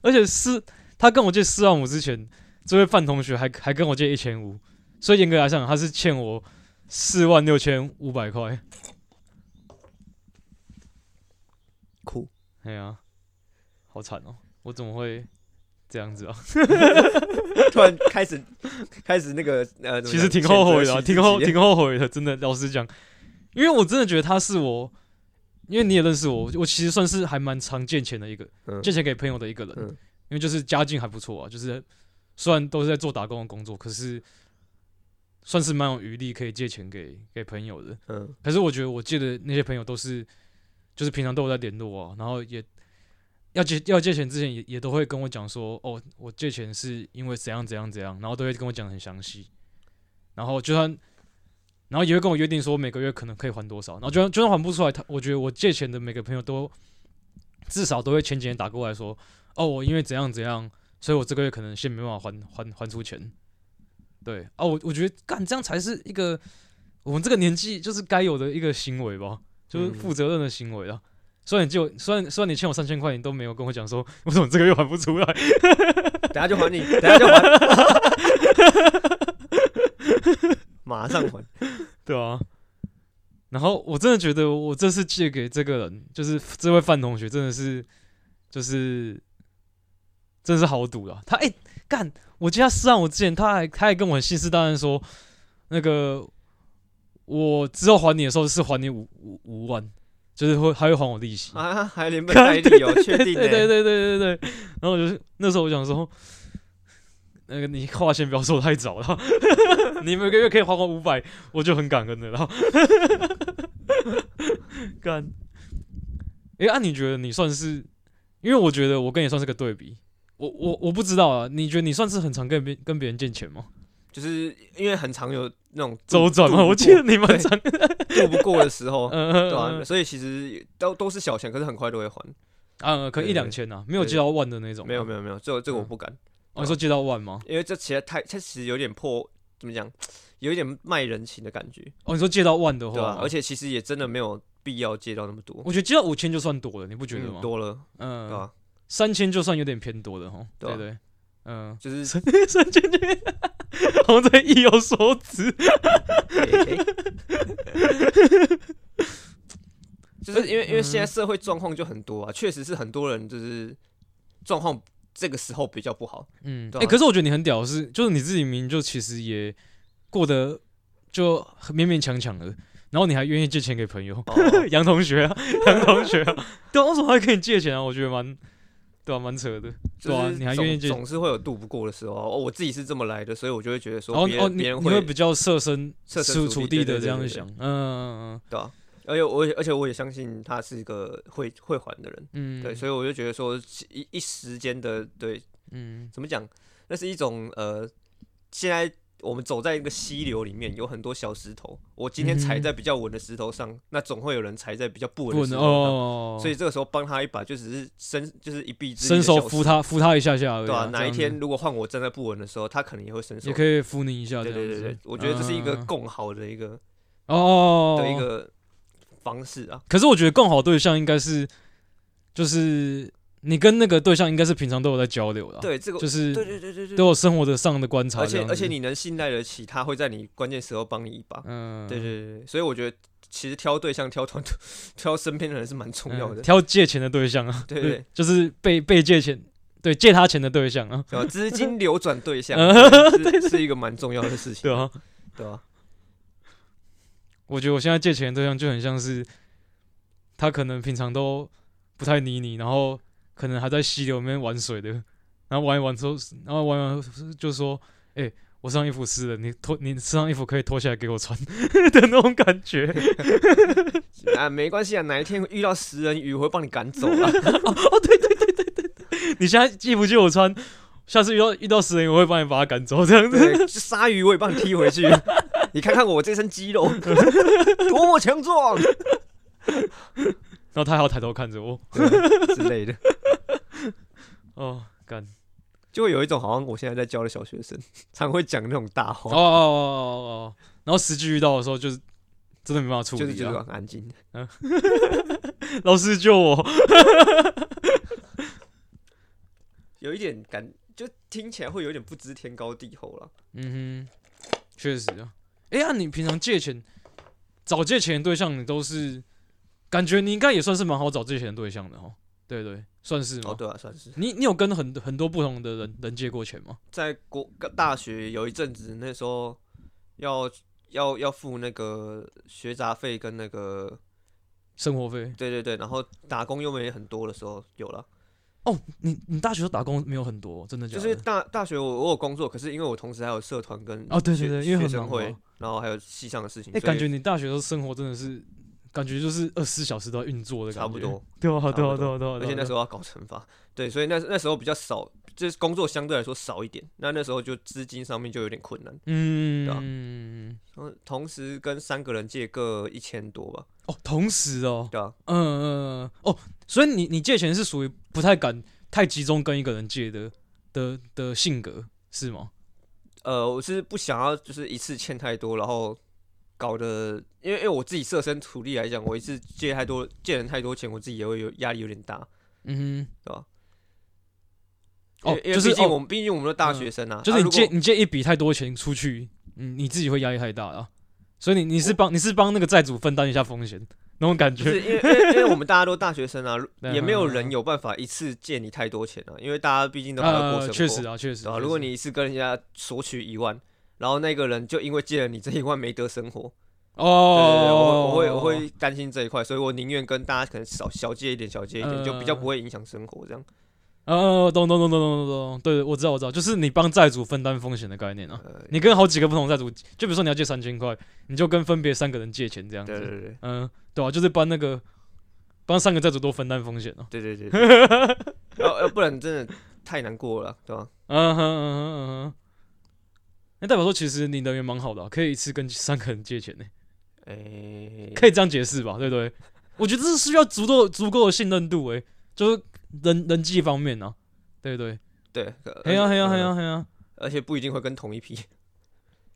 S2: 而且四，他跟我借四万五之前，这位范同学还还跟我借一千五，所以严格来讲，他是欠我四万六千五百块。
S1: 哭，
S2: 哎呀、好惨哦！我怎么会这 样子啊？
S1: 突然开始开始那个呃，怎么
S2: 其实
S1: 讲
S2: 挺后悔的啊、
S1: 谴责性
S2: 挺后
S1: 自己
S2: 挺后悔的，真的。老实讲，因为我真的觉得他是我，因为你也认识我，我其实算是还蛮常借钱的一个，
S1: 嗯
S2: 借钱给朋友的一个人，
S1: 嗯
S2: 因为就是家境还不错啊，就是虽然都是在做打工的工作，可是算是蛮有余力可以借钱给给朋友的。
S1: 嗯
S2: 可是我觉得我借的那些朋友都是，就是平常都有在联络啊，然后也要借要借钱之前也也都会跟我讲说，哦，我借钱是因为怎样怎样怎样，然后都会跟我讲得很详细，然后就算，然后也会跟我约定说每个月可能可以还多少，然后就算就算还不出来，他我觉得我借钱的每个朋友都至少都会前几天打过来说，哦，我因为怎样怎样，所以我这个月可能先没办法还还还出钱。对啊，我我觉得干这样才是一个我们这个年纪就是该有的一个行为吧，就是
S1: 嗯
S2: 负责任的行为啊。虽然你借我，虽然虽然你欠我三千块，你都没有跟我讲说 为什么这个月还不出来，
S1: 等下就还你，等下就还， 马上还。
S2: 对啊。然后我真的觉得我这次借给这个人，就是这位范同学，真的是就是真的是豪赌了。他哎干、我借他四万，我之前他还他还跟我很信誓旦旦说，那个我之后还你的时候是还你五五五万，就是会还会还我利息。
S1: 啊，还 连本带利哦，确定
S2: 对对
S1: 呢？
S2: 对对对对。然后我就是那时候我想说，那个你话先不要说太早了， 你每个月可以还我五百，我就很感恩的了。然后 干，哎、按、你觉得你算是？因为我觉得我跟你算是个对比，我我我不知道啊，你觉得你算是很常跟别跟别人借钱吗？
S1: 就是因为很常有那种
S2: 周转吗？
S1: 度
S2: 我
S1: 不
S2: 记
S1: 过
S2: 得你蛮
S1: 对
S2: 常，
S1: 渡不过的时候，
S2: 嗯
S1: 哦对啊吧？
S2: 嗯
S1: 所以其实都都是小钱，可是很快都会还。
S2: 嗯，可能一
S1: 对
S2: 两千啊，没有
S1: 对
S2: 借到万的那种吗。
S1: 没有没有没有，这个这个我
S2: 嗯
S1: 不敢，
S2: 哦，你说借到万吗？
S1: 因为这其实太它其实有点破，怎么讲，有一点卖人情的感觉，
S2: 哦，你说借到万的
S1: 对吧
S2: 话？，
S1: 而且其实也真的没有必要借到那么多，
S2: 我觉得借到五千就算多了，你不觉得
S1: 嗯
S2: 吗？
S1: 多了，对
S2: 嗯，
S1: 吧？
S2: 三千就算有点偏多了哈。
S1: 对啊
S2: 对对， 嗯，
S1: 就是
S2: 三千就好像在意有所指。
S1: 欸欸 就是因为因为现在社会状况就很多啊，确实是很多人就是状况这个时候比较不 好，
S2: 嗯，
S1: 对啊
S2: 哎，可是我觉得你很屌的是，就是你自己明明就其实也过得就很勉勉强强的，然后你还愿意借钱给朋友，
S1: 哦
S2: 杨同学啊，杨同学啊，对啊，为什么还可以借钱啊？我觉得蛮对啊，蛮扯的。
S1: 就
S2: 对啊
S1: 是
S2: 你还
S1: 总
S2: 愿意去
S1: 总是会有渡不过的时候。哦，我自己是这么来的，所以我就会觉得
S2: 然
S1: 说
S2: 后
S1: 别
S2: 哦，
S1: 人
S2: 你
S1: 别
S2: 你
S1: 人
S2: 会比较设身
S1: 设身
S2: 处
S1: 处地
S2: 地的
S1: 对对
S2: 这样
S1: 对对
S2: 想，嗯嗯
S1: 对啊，而且我也而且我也相信他是一个会会还的人，
S2: 嗯，
S1: 对，所
S2: 以
S1: 以我就觉得说一一时间的对，
S2: 嗯
S1: 怎么讲，那是一种呃，现在我们走在一个溪流里面，有很多小石头，我今天踩
S2: 嗯哼
S1: 在比较稳的石头上，那总会有人踩在比较不稳
S2: 不
S1: 的石
S2: 能
S1: 头上。
S2: 哦，
S1: 所以这个时候帮他一把，就只是伸，就是一臂之力的
S2: 伸手
S1: 小
S2: 扶
S1: 事，
S2: 他扶他一下下而已、
S1: 对啊，
S2: 这
S1: 哪一
S2: 样子
S1: 天如果换我站在不稳的时候，他可能也会伸手
S2: 也。可以扶你一下
S1: 对
S2: 这样
S1: 对
S2: 子。
S1: 对对，我觉得这是一个
S2: 嗯
S1: 更好的一个
S2: 哦哦
S1: 的一。
S2: 哦哦
S1: 个方式啊。
S2: 可是我觉得更好对象应该是，就是你跟那个对象应该是平常都有在交流的啊、
S1: 对，这个
S2: 就是
S1: 对对对对对
S2: 都有生活的上的观察
S1: 而且
S2: 这样子
S1: 而且你能信赖得起，他会在你关键时候帮你一把。
S2: 嗯，
S1: 对对对对，所以我觉得其实挑对象、挑团队、挑身边的人是蛮重要
S2: 嗯
S1: 的。
S2: 挑借钱的对象啊，
S1: 对对对，
S2: 就是被被借钱，对借他钱的对象啊，
S1: 对吧？资金流转对象
S2: 嗯
S1: 对是是一个蛮重要的事情。
S2: 对啊，
S1: 对吧？
S2: 我觉得我现在借钱的对象就很像是，他可能平常都不太理你，然后可能还在溪流里面玩水的，然后玩一玩之后，然后玩一玩就说：“哎、我身上衣服湿了，你脱你身上衣服可以脱下来给我穿 的那种感觉。
S1: 啊，没关系啊，哪一天遇到食人鱼，我会帮你赶走啊。
S2: 你现在衣服借我穿，下次遇到遇到死人我会帮你把他赶走，这样子。
S1: 对，鲨鱼我也帮你踢回 去。你看看我这身肌肉 多么强 壮
S2: 然后他还要抬头看着我，
S1: 对之类的，
S2: 哦，干，
S1: 就会有一种好像我现在在教的小学生，常会讲那种大话
S2: 哦哦。哦哦哦，然后实际遇到的时候就是真的没办法处理、
S1: 就
S2: 啊，
S1: 是就是很安静。
S2: 老师救我，
S1: 有一点感，就听起来会有点不知天高地厚了。
S2: 嗯哼，确实啊。哎、呀、你平常借钱找借钱的对象，你都是感觉你应该也算是蛮好找借钱的对象的哦。对对，算是吗？
S1: 哦，对啊，算是
S2: 你你有跟很很多不同的人人借过钱吗？
S1: 在国大学有一阵子，那时候要要要付那个学杂费跟那个，
S2: 生活费？
S1: 对对对，然后打工又没很多的时候有了，
S2: 哦，你你大学打工没有很多，真的假
S1: 就
S2: 的？
S1: 是大大学我我有工作，可是因为我同时还有社团跟
S2: 哦对对
S1: 学
S2: 对因为
S1: 学
S2: 很
S1: 生
S2: 忙
S1: 会
S2: 嘛，
S1: 然后还有系上的事情，
S2: 哎、
S1: 所以
S2: 感觉你大学的生活真的是感觉就是二十四小时都在运作的感觉，
S1: 差不多。
S2: 对啊。
S1: 差
S2: 对啊，
S1: 不多
S2: 对啊，对啊，
S1: 而且那时
S2: 候
S1: 候要搞惩罚，对，所以那那时候比较少，就是工作相对来说少一点，那那时候就资金上面就有点困难。对啊
S2: 嗯，
S1: 嗯，同时跟三个人借各一千多吧，
S2: 哦，同时哦，
S1: 对啊，
S2: 嗯嗯嗯哦，所以你你借钱是属于不太敢太集中跟一个人借的的的性格是吗？
S1: 呃，我是不想要就是一次欠太多，然后搞得，因为因为我自己设身处地来讲，我一次借太多借人太多钱，我自己也会有压力有点大，
S2: 嗯
S1: 对吧？因
S2: 哼，哦
S1: 为，因为
S2: 就是
S1: 毕竟我
S2: 哦，
S1: 们毕竟我们都大学生啊，
S2: 就是
S1: 啊
S2: 你
S1: 如
S2: 借、
S1: 果
S2: 你借一笔太多钱出去，嗯，你自己会压力太大了，所以你你是帮你是帮那个债主分担一下风险那种感
S1: 就
S2: 觉，
S1: 是因 为因为因为我们大家都大学生啊，如
S2: 对
S1: 也没有人
S2: 嗯
S1: 有办法一次借你太多钱啊，因为大家毕竟都还要过生
S2: 呃，
S1: 活，
S2: 确实啊，确实
S1: 对啊，
S2: 确
S1: 如果
S2: 实
S1: 你一次跟人家索取一万，然后那个人就因为借了你这一万没得生活，对对对，
S2: 哦，
S1: 我会我会我会担心这一块，所以我宁愿跟大家可能少小借一点，小借一点，就
S2: 嗯
S1: 比较不会影响生活这样。
S2: 呃，懂懂懂懂懂懂懂，对，我知道我知道，就是你帮债主分担风险的概念啊。
S1: 呃，
S2: 你跟好几个不同债主，就比如说你要借三千块，你就跟分别三个人借钱这样
S1: 对对
S2: 子。
S1: 对
S2: 嗯，对啊，就是帮那个帮三个债主都分担风险哦。
S1: 对对对对， 要要不然真的太难过了，对吧？
S2: 嗯哼嗯哼嗯哼，那代表说其实你人缘蛮好的啊、可以一次跟三个人借钱呢、
S1: 诶，
S2: 可以这样解释吧？对不对？我觉得这是需要足够足够的信任度诶、就是人人际方面啊，对不对？
S1: 对，
S2: 嘿呀嘿
S1: 呃
S2: 呀嘿呀，嘿呀！
S1: 嗯而且不一定会跟同一批，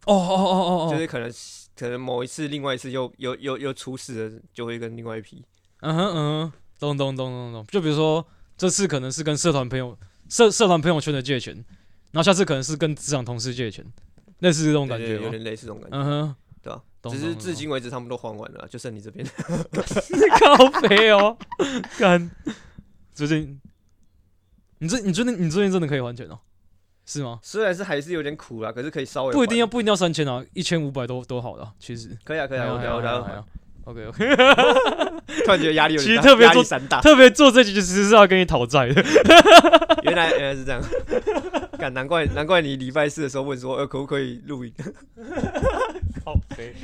S2: 哦哦哦哦
S1: 就
S2: 哦，
S1: 是可能可能某一次，另外一次又又又又出事了，就会跟另外一批。
S2: 嗯哼嗯哼，懂懂懂懂懂。就比如说这次可能是跟社团朋友社社团朋友圈的借钱，然后下次可能是跟职场同事借钱，类似这种感觉
S1: 有
S2: 吗？
S1: 点类似这种感觉，
S2: 嗯哼，
S1: 对吧？
S2: 懂
S1: 只
S2: 懂
S1: 是
S2: 懂
S1: 至今为止他们都还完了，就剩你这边。
S2: 靠肥哦， 干！最近你最你最近你最近真的可以还钱哦，是吗？
S1: 虽然是还是有点苦啦，可是可以稍微
S2: 不一定
S1: 还
S2: 要不一定要三千啊，一千五百都都好了，其实。
S1: 可以啊，可以
S2: 哎
S1: 啊，
S2: 呀
S1: 我
S2: 哎
S1: 等
S2: 呀
S1: 下我等下
S2: 哎呀哎
S1: 还
S2: 呀 OK OK，
S1: 突然觉得压力有
S2: 其
S1: 点
S2: 实
S1: 大，
S2: 特别
S1: 压力
S2: 做
S1: 山大。
S2: 特别做这集就是是要跟你讨债的。
S1: 原来原来是这样，干难怪难怪你礼拜四的时候问说，呃，可不可以录影？
S2: 靠北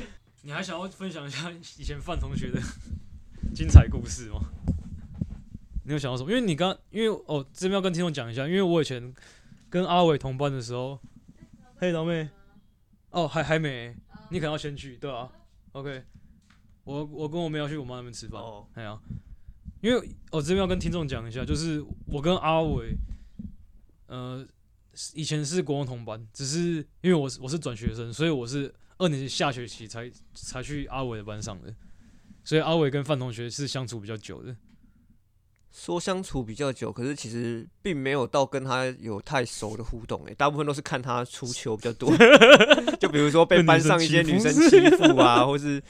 S2: 你还想要分享一下以前范同学的精彩故事吗？你有想到什么？因为你刚，因为哦，这边要跟听众讲一下，因为我以前跟阿伟同班的时候，嘿，老妹，哦，还还没，你可能要先去，对啊，OK，我我跟我妹要去我妈那边吃 饭，
S1: 哦，
S2: 哎呀、因为我、这边要跟听众讲一下，就是我跟阿伟，呃，是以前是国中同班，只是因为我是我是转学生，所以我是二年级下学期才才去阿伟的班上的，所以阿伟跟范同学是相处比较久的。
S1: 说相处比较久，可是其实并没有到跟他有太熟的互动、欸，大部分都是看他出糗比较 多，就比如说被
S2: 被女
S1: 班
S2: 生
S1: 上一些
S2: 欺
S1: 女
S2: 负
S1: 生欺负 啊，或是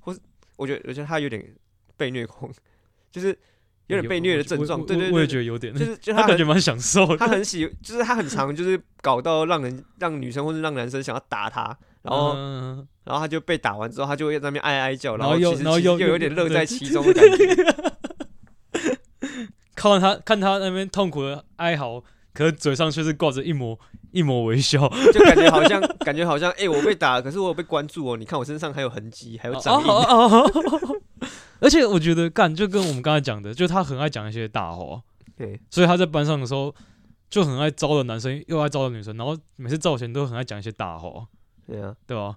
S1: 或是，我觉得我觉得他有点被虐狂， 就是有点被虐的症状，
S2: 我
S1: 对对
S2: 我我也
S1: 对
S2: 觉哎得有点，
S1: 就是就
S2: 他
S1: 他
S2: 感
S1: 很
S2: 觉蛮享受的。
S1: 他很喜，就是他很常就是搞到让人让女生或是让男生想要打他，然后、
S2: 嗯
S1: 然后他就被打完之后，他就会在那边哀哀叫，
S2: 然后
S1: 后
S2: 又
S1: 其实
S2: 然后
S1: 其实
S2: 又
S1: 又
S2: 又
S1: 有点乐
S2: 对
S1: 在其中的感 觉，
S2: 看完他看他那边痛苦的哀嚎，可是嘴上却是挂着一抹一抹微笑，
S1: 就感觉好像感觉好像哎、欸我被打了，可是我有被关注哦，你看我身上还有痕迹，还有掌印，
S2: 哦哦哦哦 哦哦而且我觉得干就跟我们刚才讲的，就他很爱讲一些大话，
S1: 对，
S2: 所以他在班上的时候就很爱招惹男生，又爱招惹女生，然后每次造型都很爱讲一些大话，
S1: 对啊，
S2: 对吧？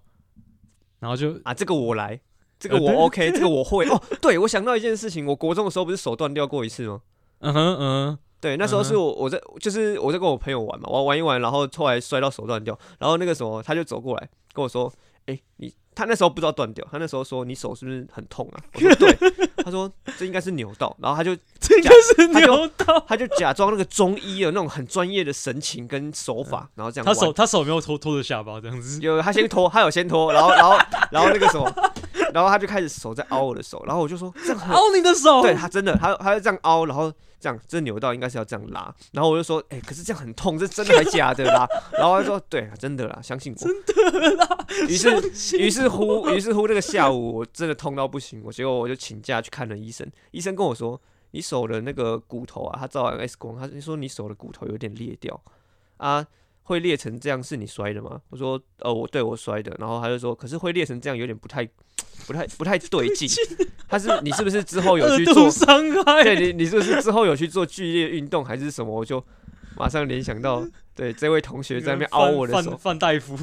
S2: 然后就
S1: 啊这个我来，这个
S2: 呃
S1: 我
S2: 对
S1: OK，这个我会哦，对我想到一件事情，我国中的时候不是手断掉过一次吗？
S2: 嗯哼嗯
S1: 对，那时候是我我在就是我在跟我朋友玩嘛，玩玩一玩，然后后来摔到手断掉，然后那个什么他就走过来跟我说：“哎、你他那时候不知道断掉，他那时候说你手是不是很痛啊？”我说：“对。”他说：“这应该是扭到。”然后他就
S2: 哼，这 应该是牛到
S1: 他就假装那个中医有那种很专业的神情跟手法，然后这样
S2: 嗯他
S1: 玩。
S2: 手他手没有拖拖着下巴这样子，
S1: 有他先拖，他有先拖，然后然 后然后那个什么，然后他就开始手在凹我的手，然后我就说这样很
S2: 凹你的手，
S1: 对他真的，他他就这样凹，然后这样，这扭到应该是要这样拉，然后我就说，哎、可是这样很痛，这真的还假的啦？然后他说，对，真的啦，相信我。真的啦。于是，于是乎，于是乎，那个下午我真的痛到不行，我结果我就请假去看了医生，医生跟我说，你手的那个骨头啊，他照完 X 光，他就说你手的骨头有点裂掉啊。会裂成这样是你摔的吗？我说，呃，我对我摔的。然后他就说，可是会裂成这样有点不太、不太、不太对劲。他是你是不是之后 有去
S2: 二
S1: 做
S2: 度伤
S1: 对
S2: 害，
S1: 你，你是不是之后有去做剧烈运动还是什么？我就马上联想到，对这位同学在那边凹我的
S2: 范
S1: 手
S2: 范，范大夫，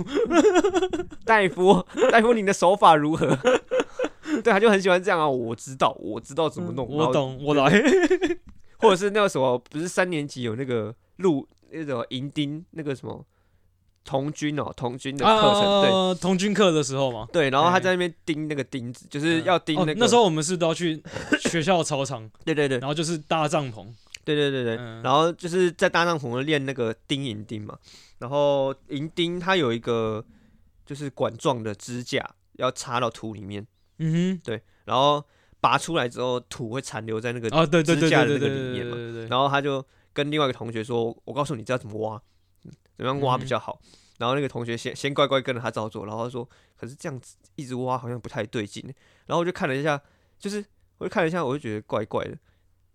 S1: 大夫，大夫，你的手法如何？ 对，他就很喜欢这样啊，我知道，我知道怎么弄，然
S2: 我
S1: 后，
S2: 懂我来，
S1: 或者是那个什么，不是三年级有那个录那种银钉那个什么童军哦，童军的课程，对
S2: 啊，童军课的时候嘛，
S1: 对，然后他
S2: 哎
S1: 在那边钉那个钉子，就是要钉
S2: 哦
S1: 那个，
S2: 那时候我们是都要去学校操场，
S1: 对对对
S2: 然后就是搭帐篷，
S1: 对对对对，
S2: 嗯
S1: 然后就是在搭档红的练那个钉银钉嘛，然后银钉它有一个就是管状的支架，要插到土里面，
S2: 嗯
S1: 然后拔出来之后土会残留在那个，
S2: 哼，啊，对对对
S1: 支架
S2: 对
S1: 的
S2: 对
S1: 那个
S2: 对
S1: 里
S2: 对
S1: 面
S2: 对
S1: 嘛
S2: 对对，
S1: 然后他就跟另外一个同学说：“我告诉你，知道怎么挖，怎么样挖比较好。
S2: 嗯
S1: 然后那个同学先先乖乖跟着他照做，然后他说：“可是这样子一直挖好像不太对劲。”然后我就看了一下，就是我就看了一下，我就觉得怪怪的，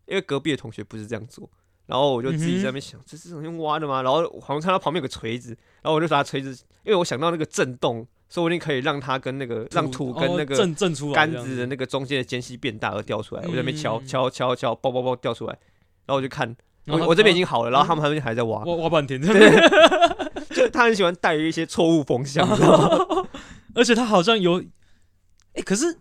S1: 因为隔壁的同学不是这样做。然后我就自己在那边
S2: 嗯
S1: 想，这是用挖的吗？然后我好像看到旁边有个锤子，然后我就拿锤子，因为我想到那个震动，说不定可以让它跟那个让土跟那
S2: 哦
S1: 个
S2: 震震出来
S1: 杆
S2: 这样
S1: 子的那个中间的间隙变大而掉出来，我在那边敲
S2: 嗯
S1: 敲敲敲，爆爆爆掉出来，然后我就看，
S2: 然后
S1: 我
S2: 他嗯
S1: 我这边已经好了，然后他们他们还在挖，
S2: 挖挖半天，
S1: 就他很喜欢带一些错误风向，你知道吗
S2: 而且他好像有，哎，可是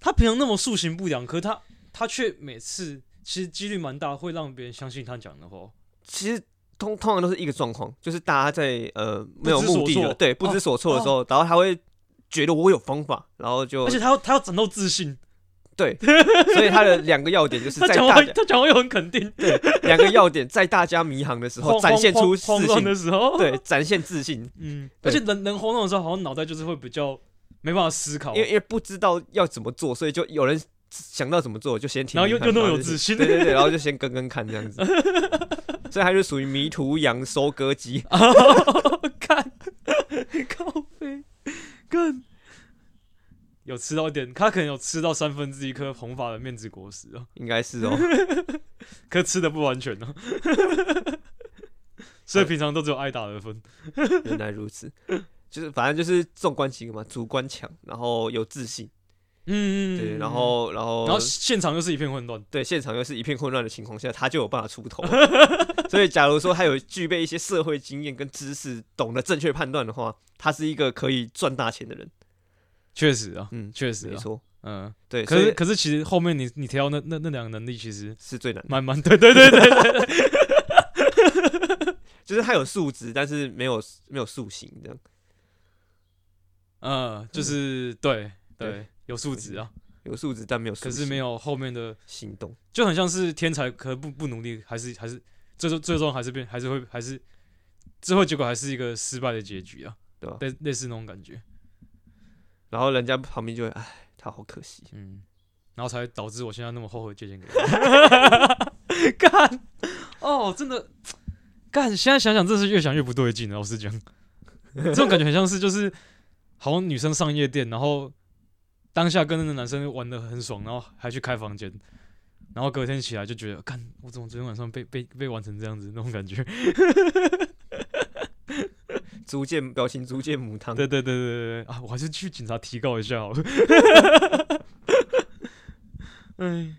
S2: 他平常那么素行不良，可他他却每次其实几率蛮大会让别人相信他讲的话，
S1: 其实通通常都是一个状况，就是大家在呃没有
S2: 不知所
S1: 目的
S2: 措哦
S1: 的，对，不知所措的时候，然后他会觉得我有方法，然后就
S2: 而且他要他要展露自信，
S1: 对，所以他的两个要点就是
S2: 他
S1: 在
S2: 讲
S1: 大
S2: 话
S1: 家
S2: 他讲话又很肯定，
S1: 两个要点在大家迷航的时候
S2: 慌
S1: 展现出
S2: 慌
S1: 自
S2: 慌乱
S1: 信，
S2: 的时候，
S1: 对，展现自信，
S2: 嗯，而
S1: 对
S2: 且人人慌乱的时候，好像脑袋就是会比较没办法思考，
S1: 因为因为不知道要怎么做，所以就有人想到怎么做就先听
S2: 然后
S1: 听
S2: 又
S1: 看，
S2: 又那么有
S1: 就
S2: 自信
S1: 对对对，然后就先跟跟看这样子， 所以他就属于迷途羊收割机。
S2: 哦，看，靠背，干，有吃到一点，他可能有吃到三分之一颗红发的面子果实啊，
S1: 应该是 哦。
S2: 可吃的不完全啊， 所以平常都只有挨打的分。
S1: 原来如此，就是反正就是纵观几个嘛，主观强，然后有自信，
S2: 嗯，嗯嗯
S1: 对，
S2: 嗯
S1: 然后然后
S2: 然后现场又是一片混乱，
S1: 对现场又是一片混乱的情况下，他就有办法出头。 所以，假如说他有具备一些社会经验跟知识，懂得正确判断的话，他是一个可以赚大钱的人。
S2: 确实啊，
S1: 嗯，
S2: 确实
S1: 没
S2: 啊，
S1: 错，
S2: 嗯，
S1: 对，
S2: 可
S1: 所以嗯
S2: 是可是其实后面你你提到那那那两个能力，其实
S1: 是最难的，
S2: 蛮蛮对对对对，
S1: 就是他有素质，但是没有没有塑形这样，
S2: 嗯，就是对
S1: 对
S2: 对，有素质啊，
S1: 有素质但没有塑
S2: 可是没
S1: 有
S2: 有后面的，
S1: 行动。
S2: 就很像是天才，可不不努力，还是还是最终最终还是变还是会还是最后结果还是一个失败的结局啊，
S1: 对啊
S2: 类类似那种感觉，
S1: 然后人家旁边就会，哎，他好可惜。
S2: 嗯，然后才导致我现在那么后悔借钱给你， 干哦，真的干，现在想想真是越想越不对劲，啊老实讲，这种感觉很像是就是好像女生上夜店，然后当下跟那个男生玩的很爽，然后还去开房间。然后隔天起来就觉得，干，我怎么昨天晚上被被被玩成这样子那种感觉？
S1: 逐渐表情逐渐母汤，
S2: 对对对对对啊！我还是去警察提告一下好了。 哎，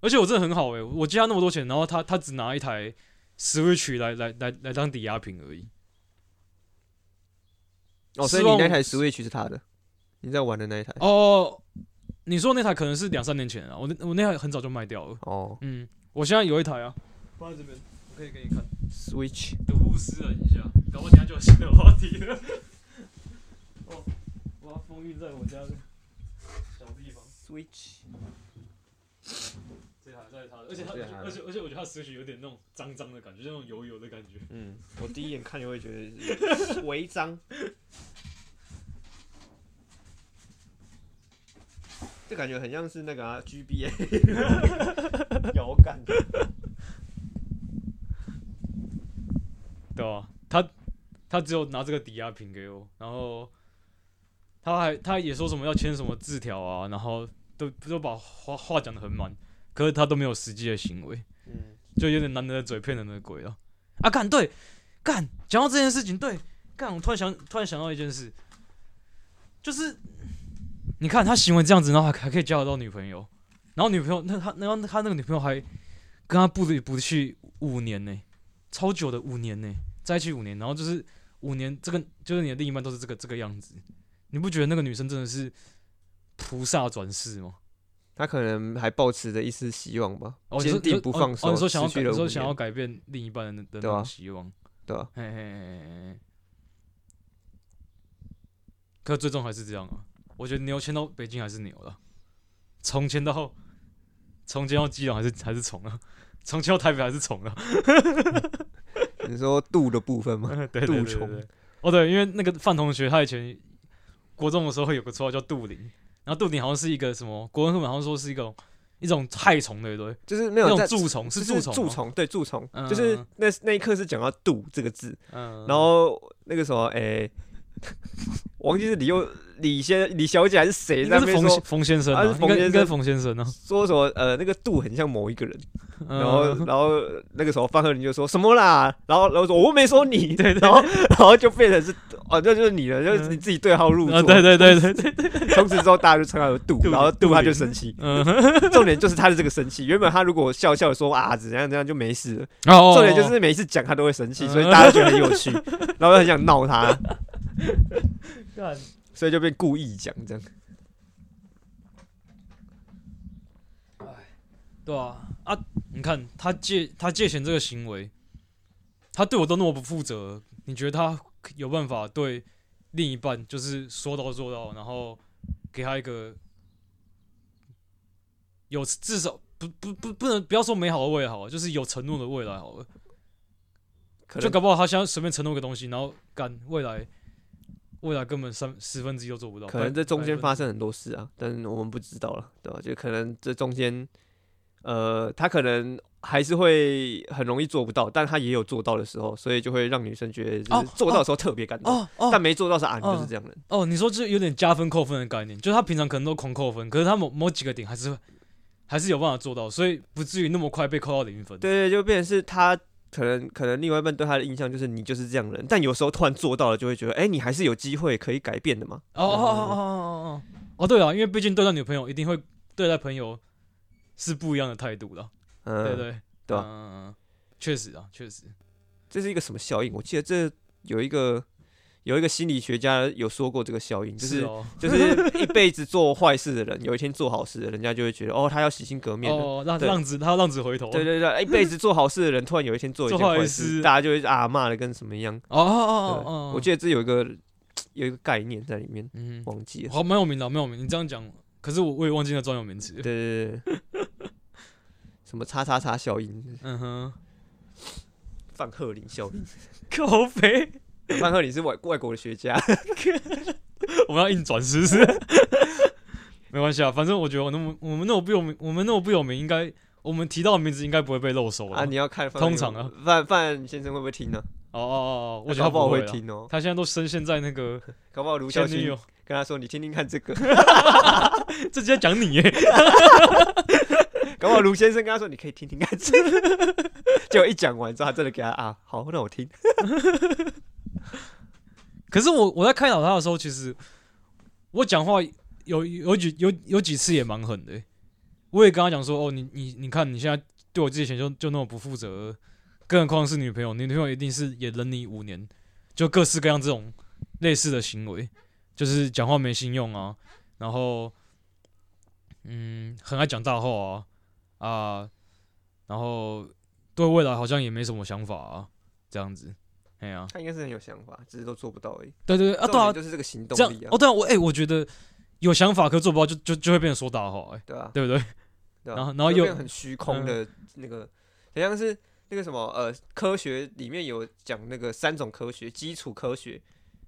S2: 而且我真的很好哎、我借他那么多钱，然后他他只拿一台 Switch 来来来来当抵押品而已。
S1: 哦，所以
S2: 失
S1: 你
S2: 望
S1: 那台 Switch 是他的，你在玩的那一台。
S2: 哦，你说那台可能是两三年前啊，我那我那台很早就卖掉了。
S1: 哦
S2: 嗯，我现在有一台啊，放在这边，我可以给你看。
S1: ，Switch，
S2: 得物思人一下，搞不好等一下就有新的话题了。 哦，我要封印在我家的小地方。
S1: Switch，
S2: 这台这台，啊而且它
S1: 这台
S2: 而且而且我觉得它实体有点那种脏脏的感觉，就那种油油的感觉。
S1: 嗯，我第一眼看就会觉得 违章。这感觉很像是那个啊 GBA 摇杆，
S2: 对啊，他他只有拿这个抵押品给我，然后他还他也说什么要签什么字条啊，然后都都把话话讲的很满，可是他都没有实际的行为，
S1: 嗯，
S2: 就有点难得的嘴骗人的鬼啊。啊，干对干，讲到这件事情，对干，我突然想突然想到一件事，就是你看他行为这样子，然后还还可以交得到女朋友，然后女朋友那他然后他那个女朋友还跟他不离不弃五年呢、超久的五年呢、在一起五年，然后就是五年这个就是你的另一半都是这个这个样子，你不觉得那个女生真的是菩萨转世吗？
S1: 他可能还抱持着一丝希望吧，
S2: 哦，你
S1: 坚
S2: 说
S1: 定不放
S2: 哦，
S1: 手，
S2: 你说想要
S1: 持续
S2: 改，
S1: 了
S2: 你
S1: 五
S2: 说想要
S1: 年，
S2: 改变另一半的那的那
S1: 对啊
S2: 种希望，
S1: 对吧？
S2: 嘿嘿嘿嘿嘿。可最终还是这样啊！我觉得牛迁到北京还是牛了，从迁到从迁到基隆还是还是虫了，从迁到台北还是虫了。
S1: 你说度的部分吗？
S2: 对对对
S1: 杜
S2: 对
S1: 虫
S2: 对哦，对，因为那个范同学他以前国中的时候有个绰号叫杜林，然后杜林好像是一个什么国文课本好像说是一种一种害虫，对不对？
S1: 就是没有
S2: 那种
S1: 在
S2: 蛀虫
S1: 就是是
S2: 蛀虫，
S1: 蛀，虫，对蛀虫，就是
S2: 嗯
S1: 那那一刻是讲到“度”这个字，
S2: 嗯，
S1: 然后那个什么，哎，我 忘记是李又李先李小姐还是谁
S2: 应
S1: 在那
S2: 该是
S1: 边
S2: 冯
S1: 说
S2: 冯先生、
S1: 啊
S2: 啊，
S1: 是
S2: 应
S1: 冯
S2: 该
S1: 先
S2: 应该是
S1: 生
S2: 冯先生呢、
S1: 说什么，呃，那个度很像某一个人，
S2: 啊，
S1: 然后
S2: 嗯
S1: 然后那个时候范鹤龄就说什么啦，然后然后说我又没说你，
S2: 对对
S1: 然后然后就变成是哦，这就是你了，就是
S2: 嗯
S1: 你自己对号入座，
S2: 啊，对对对对 对，
S1: 从此之后大家就称他为度，
S2: 杜
S1: 然后
S2: 杜
S1: 度他就
S2: 林
S1: 生 气，
S2: 嗯，
S1: 重点就是他的这个生气，原本他如果笑笑地说啊怎样怎样就没事了。
S2: 哦，嗯
S1: 重点就是每一次讲他都会生气，所以大家觉得很有 趣，然后很想闹他，
S2: 干
S1: 所以就变故意讲这样。
S2: 对啊啊！你看他借他借钱这个行为，他对我都那么不负责，你觉得他有办法对另一半就是说到做到，然后给他一个有至少不不不不能不要说美好的未来好了，就是有承诺的未来好了。
S1: 可
S2: 就
S1: 能
S2: 搞不好他现在随便承诺个东西，然后干未来未来根本三十分之一都做不到。
S1: 可能这中间
S2: 百
S1: 发生很多事啊，但我们不知道了，对吧？就可能这中间，呃，他可能还是会很容易做不到，但他也有做到的时候，所以就会让女生觉得就
S2: 哦
S1: 是做到的时候特别感动，
S2: 哦哦
S1: 但没做到是啊，你就是这样的人。
S2: 哦，你说就是有点加分扣分的概念，就是他平常可能都狂扣分，可是他某某几个点还是会还是有办法做到，所以不至于那么快被扣到零分。
S1: 对对，就变成是他可能可能另外一半对他的印象就是你就是这样的人，但有时候突然做到了，就会觉得哎、你还是有机会可以改变的嘛。
S2: 哦哦哦哦哦哦哦，对了，因为毕竟对待女朋友一定会对待朋友是不一样的态度的，
S1: 嗯，
S2: 对对
S1: 对吧
S2: 嗯，确实啊，确实。
S1: 这是一个什么效应？我记得这有一个有一个心理学家有说过这个效应，就是
S2: 哦，
S1: 就是一辈子做坏事的人，有一天做好事，人家就会觉得哦，他要洗心革面了。
S2: 哦，让
S1: 对
S2: 浪子他浪子回头，
S1: 对对对，一辈子做好事的人，突然有一天做一件
S2: 做坏
S1: 坏
S2: 事
S1: 事，大家就会啊骂的跟什么一样。
S2: 哦哦
S1: 对
S2: 哦哦哦，
S1: 我记得这有一个有一个概念在里面，
S2: 嗯，
S1: 忘记了。
S2: 好蛮有名的，蛮有名。你这样讲，可是我我也忘记那专有名词
S1: 对。对对，对 什么叉叉叉效应，
S2: 嗯哼，
S1: 范赫林效 应。
S2: 靠肥，
S1: 范赫林是外外国的学家，
S2: 我们要硬转是不是？ 没关系啊，反正我觉得我那么我们那么不有名，我们那么不有名，应该我们提到的名字应该不会被漏收了。
S1: 啊，你要看范
S2: 哦通常啊，
S1: 范范先生会不会听呢？
S2: 哦哦哦，哦我觉
S1: 搞
S2: 得他
S1: 不好
S2: 会
S1: 会
S2: 啦。
S1: 听哦，
S2: 他现在都深陷在那个
S1: 搞不好卢孝
S2: 前女
S1: 勋
S2: 友，
S1: 跟他说你听听看这个，
S2: 这直接讲你耶。
S1: 搞不好卢先生跟他说你可以听听看这个， 结果一讲完之后，他真的给他啊，好，那我听。
S2: 可是我我在开导他的时候，其实我讲话有有几有有几次也蛮狠的欸、我也跟他讲说，哦，你你你看你现在对我之前就就那么不负责，更何况是女朋友，你女朋友一定是也忍你五年，就各式各样这种类似的行为，就是讲话没信用啊，然后嗯，很爱讲大话啊啊，然后对未来好像也没什么想法啊，这样子，哎呀、
S1: 他应该是很有想法，只是都做不到而已。
S2: 对对对，啊
S1: 重
S2: 对啊
S1: 点，就是这个行
S2: 这
S1: 动
S2: 样
S1: 力啊
S2: 哦，，对啊，我哎、我觉得有想法可做不到就，就就会变成说大话、哎，
S1: 对啊吧？
S2: 对不对？
S1: 对吧
S2: 然后然后
S1: 就
S2: 又嗯
S1: 变很虚空的那个，好像是那个什么呃，科学里面有讲那个三种科学：基础科学，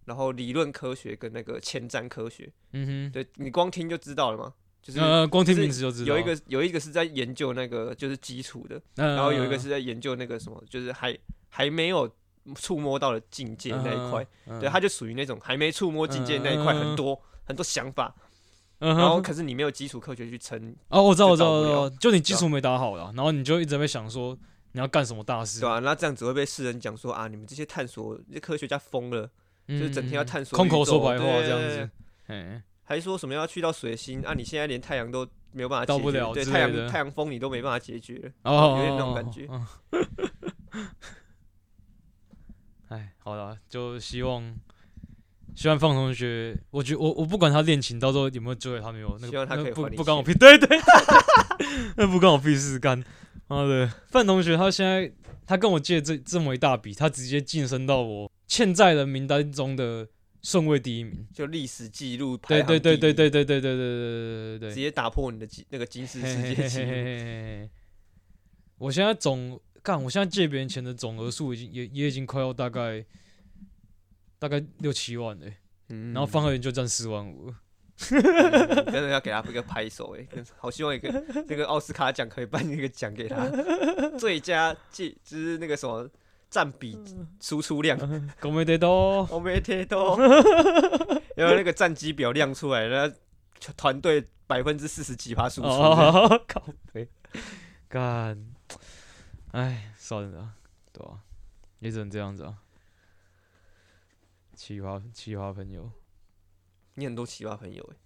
S1: 然后理论科学跟那个前瞻科学。
S2: 嗯
S1: 对你光听就知道了嘛，就是
S2: 哼，。 呃，光听
S1: 就是
S2: 名字就知道，
S1: 有一个有一个是在研究那个就是基础的，
S2: 呃，
S1: 然后有一个是在研究那个什么，就是还还没有触摸到的境界那一块，
S2: 嗯，
S1: 对，
S2: 他，
S1: 它就属于那种还没触摸境界那一块，很多很多想法，
S2: 嗯
S1: 然
S2: 哼
S1: 后可是你没有基础科学去撑，
S2: 哦，我知道，我知
S1: 就到
S2: 道，我
S1: 不
S2: 知
S1: 了
S2: 道，就你基础没打好了，然后你就一直在想说你要干什么大事，
S1: 对啊吧、那这样只会被世人讲说啊，你们这些探索，这科学家疯了，
S2: 嗯，
S1: 就是整天要探索
S2: 空
S1: 宇
S2: 口说
S1: 宙
S2: 白话
S1: 对
S2: 这样子，哎，
S1: 还说什么要去到水星啊？你现在连太阳都没有办法解
S2: 到
S1: 决，
S2: 不了
S1: 对
S2: 之
S1: 太
S2: 类的
S1: 阳太阳风你都没办法解决，
S2: 哦，
S1: 有点那种感
S2: 哦
S1: 觉。
S2: 哦 哎，好了，就希望希望放同学，我觉我我不管他恋情到时候有没有追他女友，那
S1: 希
S2: 个
S1: 望他
S2: 那
S1: 可以
S2: 不
S1: 还你
S2: 不关我
S1: 钱
S2: 屁，对对， 那不关我屁事干。妈的，范同学他现在他跟我借这这么一大笔，他直接晋升到我欠债人名单中的顺位第一名。
S1: 就历史记录
S2: 对
S1: 排
S2: 对
S1: 行
S2: 对对
S1: 第一，
S2: 对对对对对对对对
S1: 直
S2: 对。
S1: 接打破你的记那个金氏
S2: 嘿
S1: 世
S2: 嘿
S1: 界
S2: 嘿
S1: 纪
S2: 嘿
S1: 录。
S2: 嘿嘿我现在总干，我现在借别人钱的总额数已经也也已经快要大概大概六七万了欸、
S1: 嗯
S2: 然后 方和元就占四万五。
S1: 嗯真的要给他一个拍手哎、真是好希望一个这个奥斯卡奖可以颁一个奖给 他，最佳记就是那个什么占比输出量，
S2: 狗没得到，
S1: 我没贴 到，然后那个战绩表亮出来，然后团队百分之四十几趴输出这样，
S2: 哦，靠背，干，哎，算了，对啊，也只能这样子啊。奇葩奇葩朋友，
S1: 你很多奇葩朋友哎、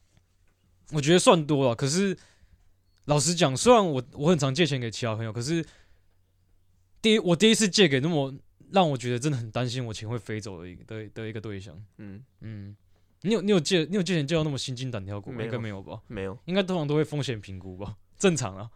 S2: 我觉得算多了。可是老实讲，虽然我我很常借钱给其他朋友，可是第一我第一次借给那么让我觉得真的很担心我钱会飞走的一个的的一个对象。
S1: 嗯，
S2: 嗯，你有你有借你有借钱借到那么心惊胆跳过吗？
S1: 没
S2: 应该
S1: 有
S2: 没有吧？
S1: 没有，
S2: 应该通常都会风险评估吧？ 正常啊。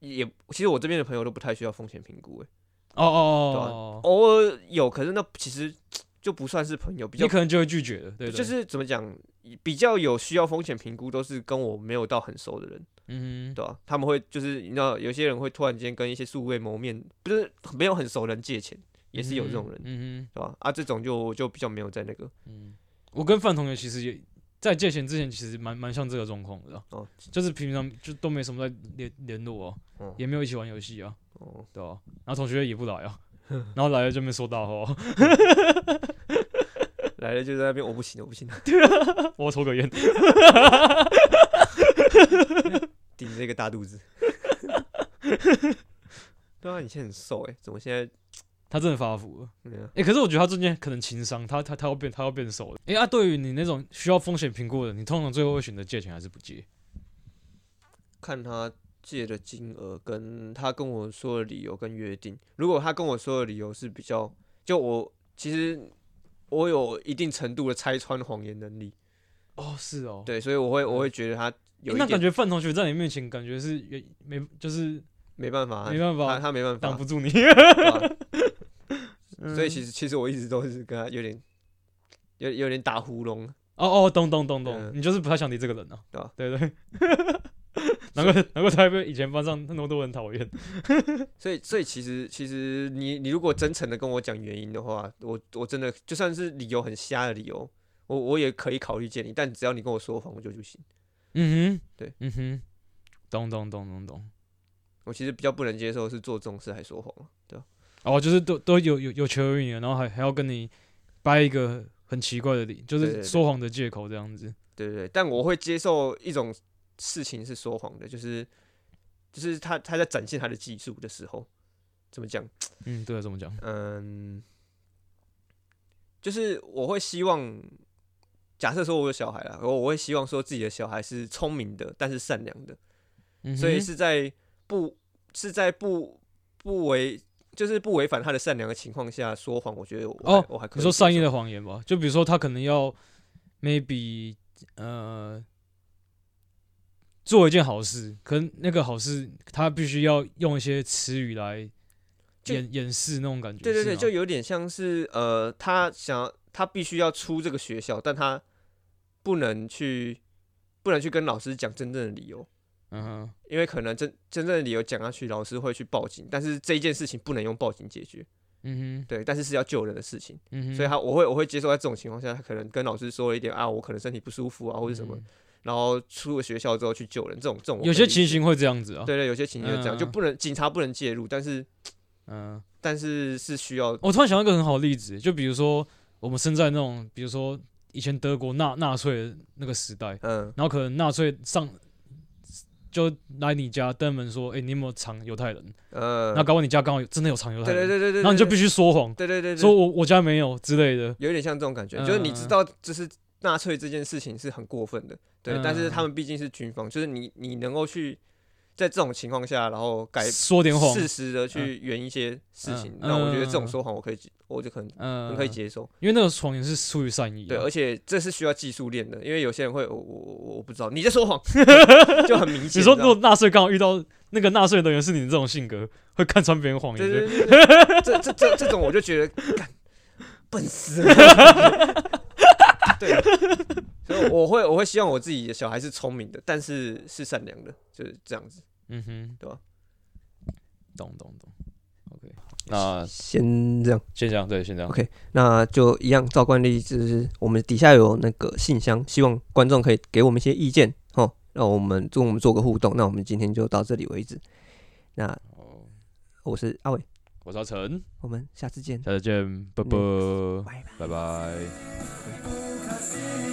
S1: 也其实我这边的朋友都不太需要风险评估哎、
S2: 哦哦哦哦
S1: 偶尔有，可是那其实就不算是朋友，比
S2: 哦，
S1: 较
S2: 你可能就会拒绝了，对不对？
S1: 就是怎么讲，比较有需要风险评估都是跟我没有到很熟的人，
S2: 嗯哼，
S1: 对吧、啊他们会就是你知道，有些人会突然间跟一些素未谋面，不是没有很熟的人借钱，也是有这种人，
S2: 嗯
S1: 对吧、啊，这种就我就比较没有在那个
S2: 哼，嗯，我跟范同学其实也在借钱之前，其实蛮蛮像这个状况的啊、
S1: 哦
S2: 就是平常就都没什么在联联络啊，
S1: 嗯
S2: 也没有一起玩游戏啊，
S1: 哦，
S2: 对啊，然后同学也 不来啊，然后来了就没说哦大话，
S1: 来了就在那边，我不行，我不行，
S2: 我要抽个烟，
S1: 顶着一个大 肚子。对啊，你现在很瘦哎、怎么现在？
S2: 他真的发福了。
S1: 嗯啊
S2: 哎、可是我觉得他最近可能情商，他他他要变他要变瘦了。哎、啊，对于你那种需要风险评估的，你通常最后会选择借钱还是不借？
S1: 看他借的金额，跟他跟我说的理由跟约定。如果他跟我说的理由是比较，就我其实我有一定程度的拆穿谎言能力，
S2: 哦，是哦，
S1: 对，所以我会我会觉得他有
S2: 那
S1: 一
S2: 感
S1: 点
S2: 觉范同学在你面前感觉是也没就是
S1: 没办法，啊
S2: 没办
S1: 他
S2: 法嗯
S1: 他没办
S2: 挡
S1: 法
S2: 不，住你，
S1: 对啊所以其
S2: 实
S1: 实其实我一直都是跟他有点有有点打呼噜。
S2: 哦哦，懂懂懂懂，
S1: 嗯
S2: 你就是不太想理这个人啊，
S1: 对啊
S2: 对 对。难怪难怪他会被以前班上那么多人讨厌，
S1: 所以，所以其实，其实你你如果真诚的跟我讲原因的话，我我真的就算是理由很瞎的理由，我我也可以考虑见你，但只要你跟我说谎，我就不行。
S2: 嗯哼，
S1: 对，
S2: 嗯哼，懂懂懂懂懂，
S1: 我其实比较不能接受是做这种事还说谎，对吧、
S2: 哦，就是都都有有有求于你了，然后还还要跟你掰一个很奇怪的理，就
S1: 对对
S2: 是
S1: 对
S2: 说谎的借口这样子。
S1: 对对对，但我会接受一种事情是说谎的，就是就是他他在展现他的技术的时候，怎么讲？
S2: 嗯，对，怎么讲？
S1: 嗯，就是我会希望，假设说我有小孩啦，我我会希望说自己的小孩是聪明的，但是善良的。
S2: 嗯哼
S1: 所以是在不是在不不违，就是不违反他的善良的情况下说谎，我觉得我还
S2: 哦
S1: 我还可以
S2: 你说善意
S1: 接
S2: 的谎言吧，就比如说他可能要 maybe 呃做一件好事，可能那个好事他必须要用一些词语来
S1: 就
S2: 掩掩饰那种感觉。
S1: 受，对对对，
S2: 是
S1: 就
S2: 吗
S1: 有点像是呃，他想要他必须要出这个学校，但他不能去不能去跟老师讲真正的理由，
S2: 嗯哼
S1: 因为可能真真正的理由讲下去，老师会去报警，但是这一件事情不能用报警解决，
S2: 嗯哼
S1: 对，但是是要救人的事情，
S2: 嗯哼，
S1: 所以他我会我会接受在这种情况下，他可能跟老师说了一点啊，我可能身体不舒服啊，或者什么。
S2: 嗯
S1: 然后出了学校之后去救人，这种这种我
S2: 有
S1: 可
S2: 些
S1: 以理
S2: 情
S1: 解，
S2: 形会这样子啊。
S1: 对对，有些情形是这样，就
S2: 嗯嗯嗯
S1: 不能警察不能介入，但是
S2: 嗯。
S1: 但是是需要，
S2: 我突然想到一个很好的例子，就比如说我们身在那种，比如说以前德国纳纳粹的那个时代，
S1: 嗯，
S2: 然后可能纳粹上就来你家登门说：“哎、你有没有藏犹太人？”
S1: 呃，
S2: 然后搞完你家刚好有真的有藏犹太
S1: 对
S2: 人，
S1: 对对对对，
S2: 然后你就
S1: 对
S2: 必须说谎，
S1: 对对对，对
S2: 说我我家没有之类的。
S1: 有点像这种感觉，就是你知
S2: 嗯
S1: 道，就是纳粹这件事情是很过分的，对，但是
S2: 嗯
S1: 他们毕竟是军方，就是你你能够去在这种情况下，然后改
S2: 说点谎，
S1: 适时的去圆一些事情
S2: 嗯，
S1: 那我觉得这
S2: 嗯嗯
S1: 种
S2: 嗯
S1: 说谎我可以接，我就可能
S2: 嗯
S1: 很可以接受，
S2: 因为那个谎言是出于善意的，啊
S1: 对，而且这是需要技术练的，因为有些人会，我我我我不知道你在 说谎，就很明显。
S2: 你说
S1: 知
S2: 如
S1: 道
S2: 果
S1: 吗
S2: 纳粹刚好遇到那个纳粹的人是你这种性格，会看穿别人谎言
S1: 对
S2: 的，
S1: 对对对对，这这这这种我就觉得，干笨死了。 对，所以我会我会希望我自己的小孩是聪明的，但是是善良的，就是这样子。
S2: 嗯哼，
S1: 对吧？
S2: 懂懂懂，OK，那
S1: 先这样
S2: 先这样，对，先这样。
S1: ，OK，那就一样照惯例，就是我们底下有那个信箱，希望观众可以给我们一些意见哦，让我们跟我们做个互动。那我们今天就到这里为止。那
S2: 哦，
S1: 我是阿伟，
S2: 我是阿成，
S1: 我们下次见，
S2: 下次见，拜拜，
S1: 拜拜。
S2: 拜拜。
S3: 昔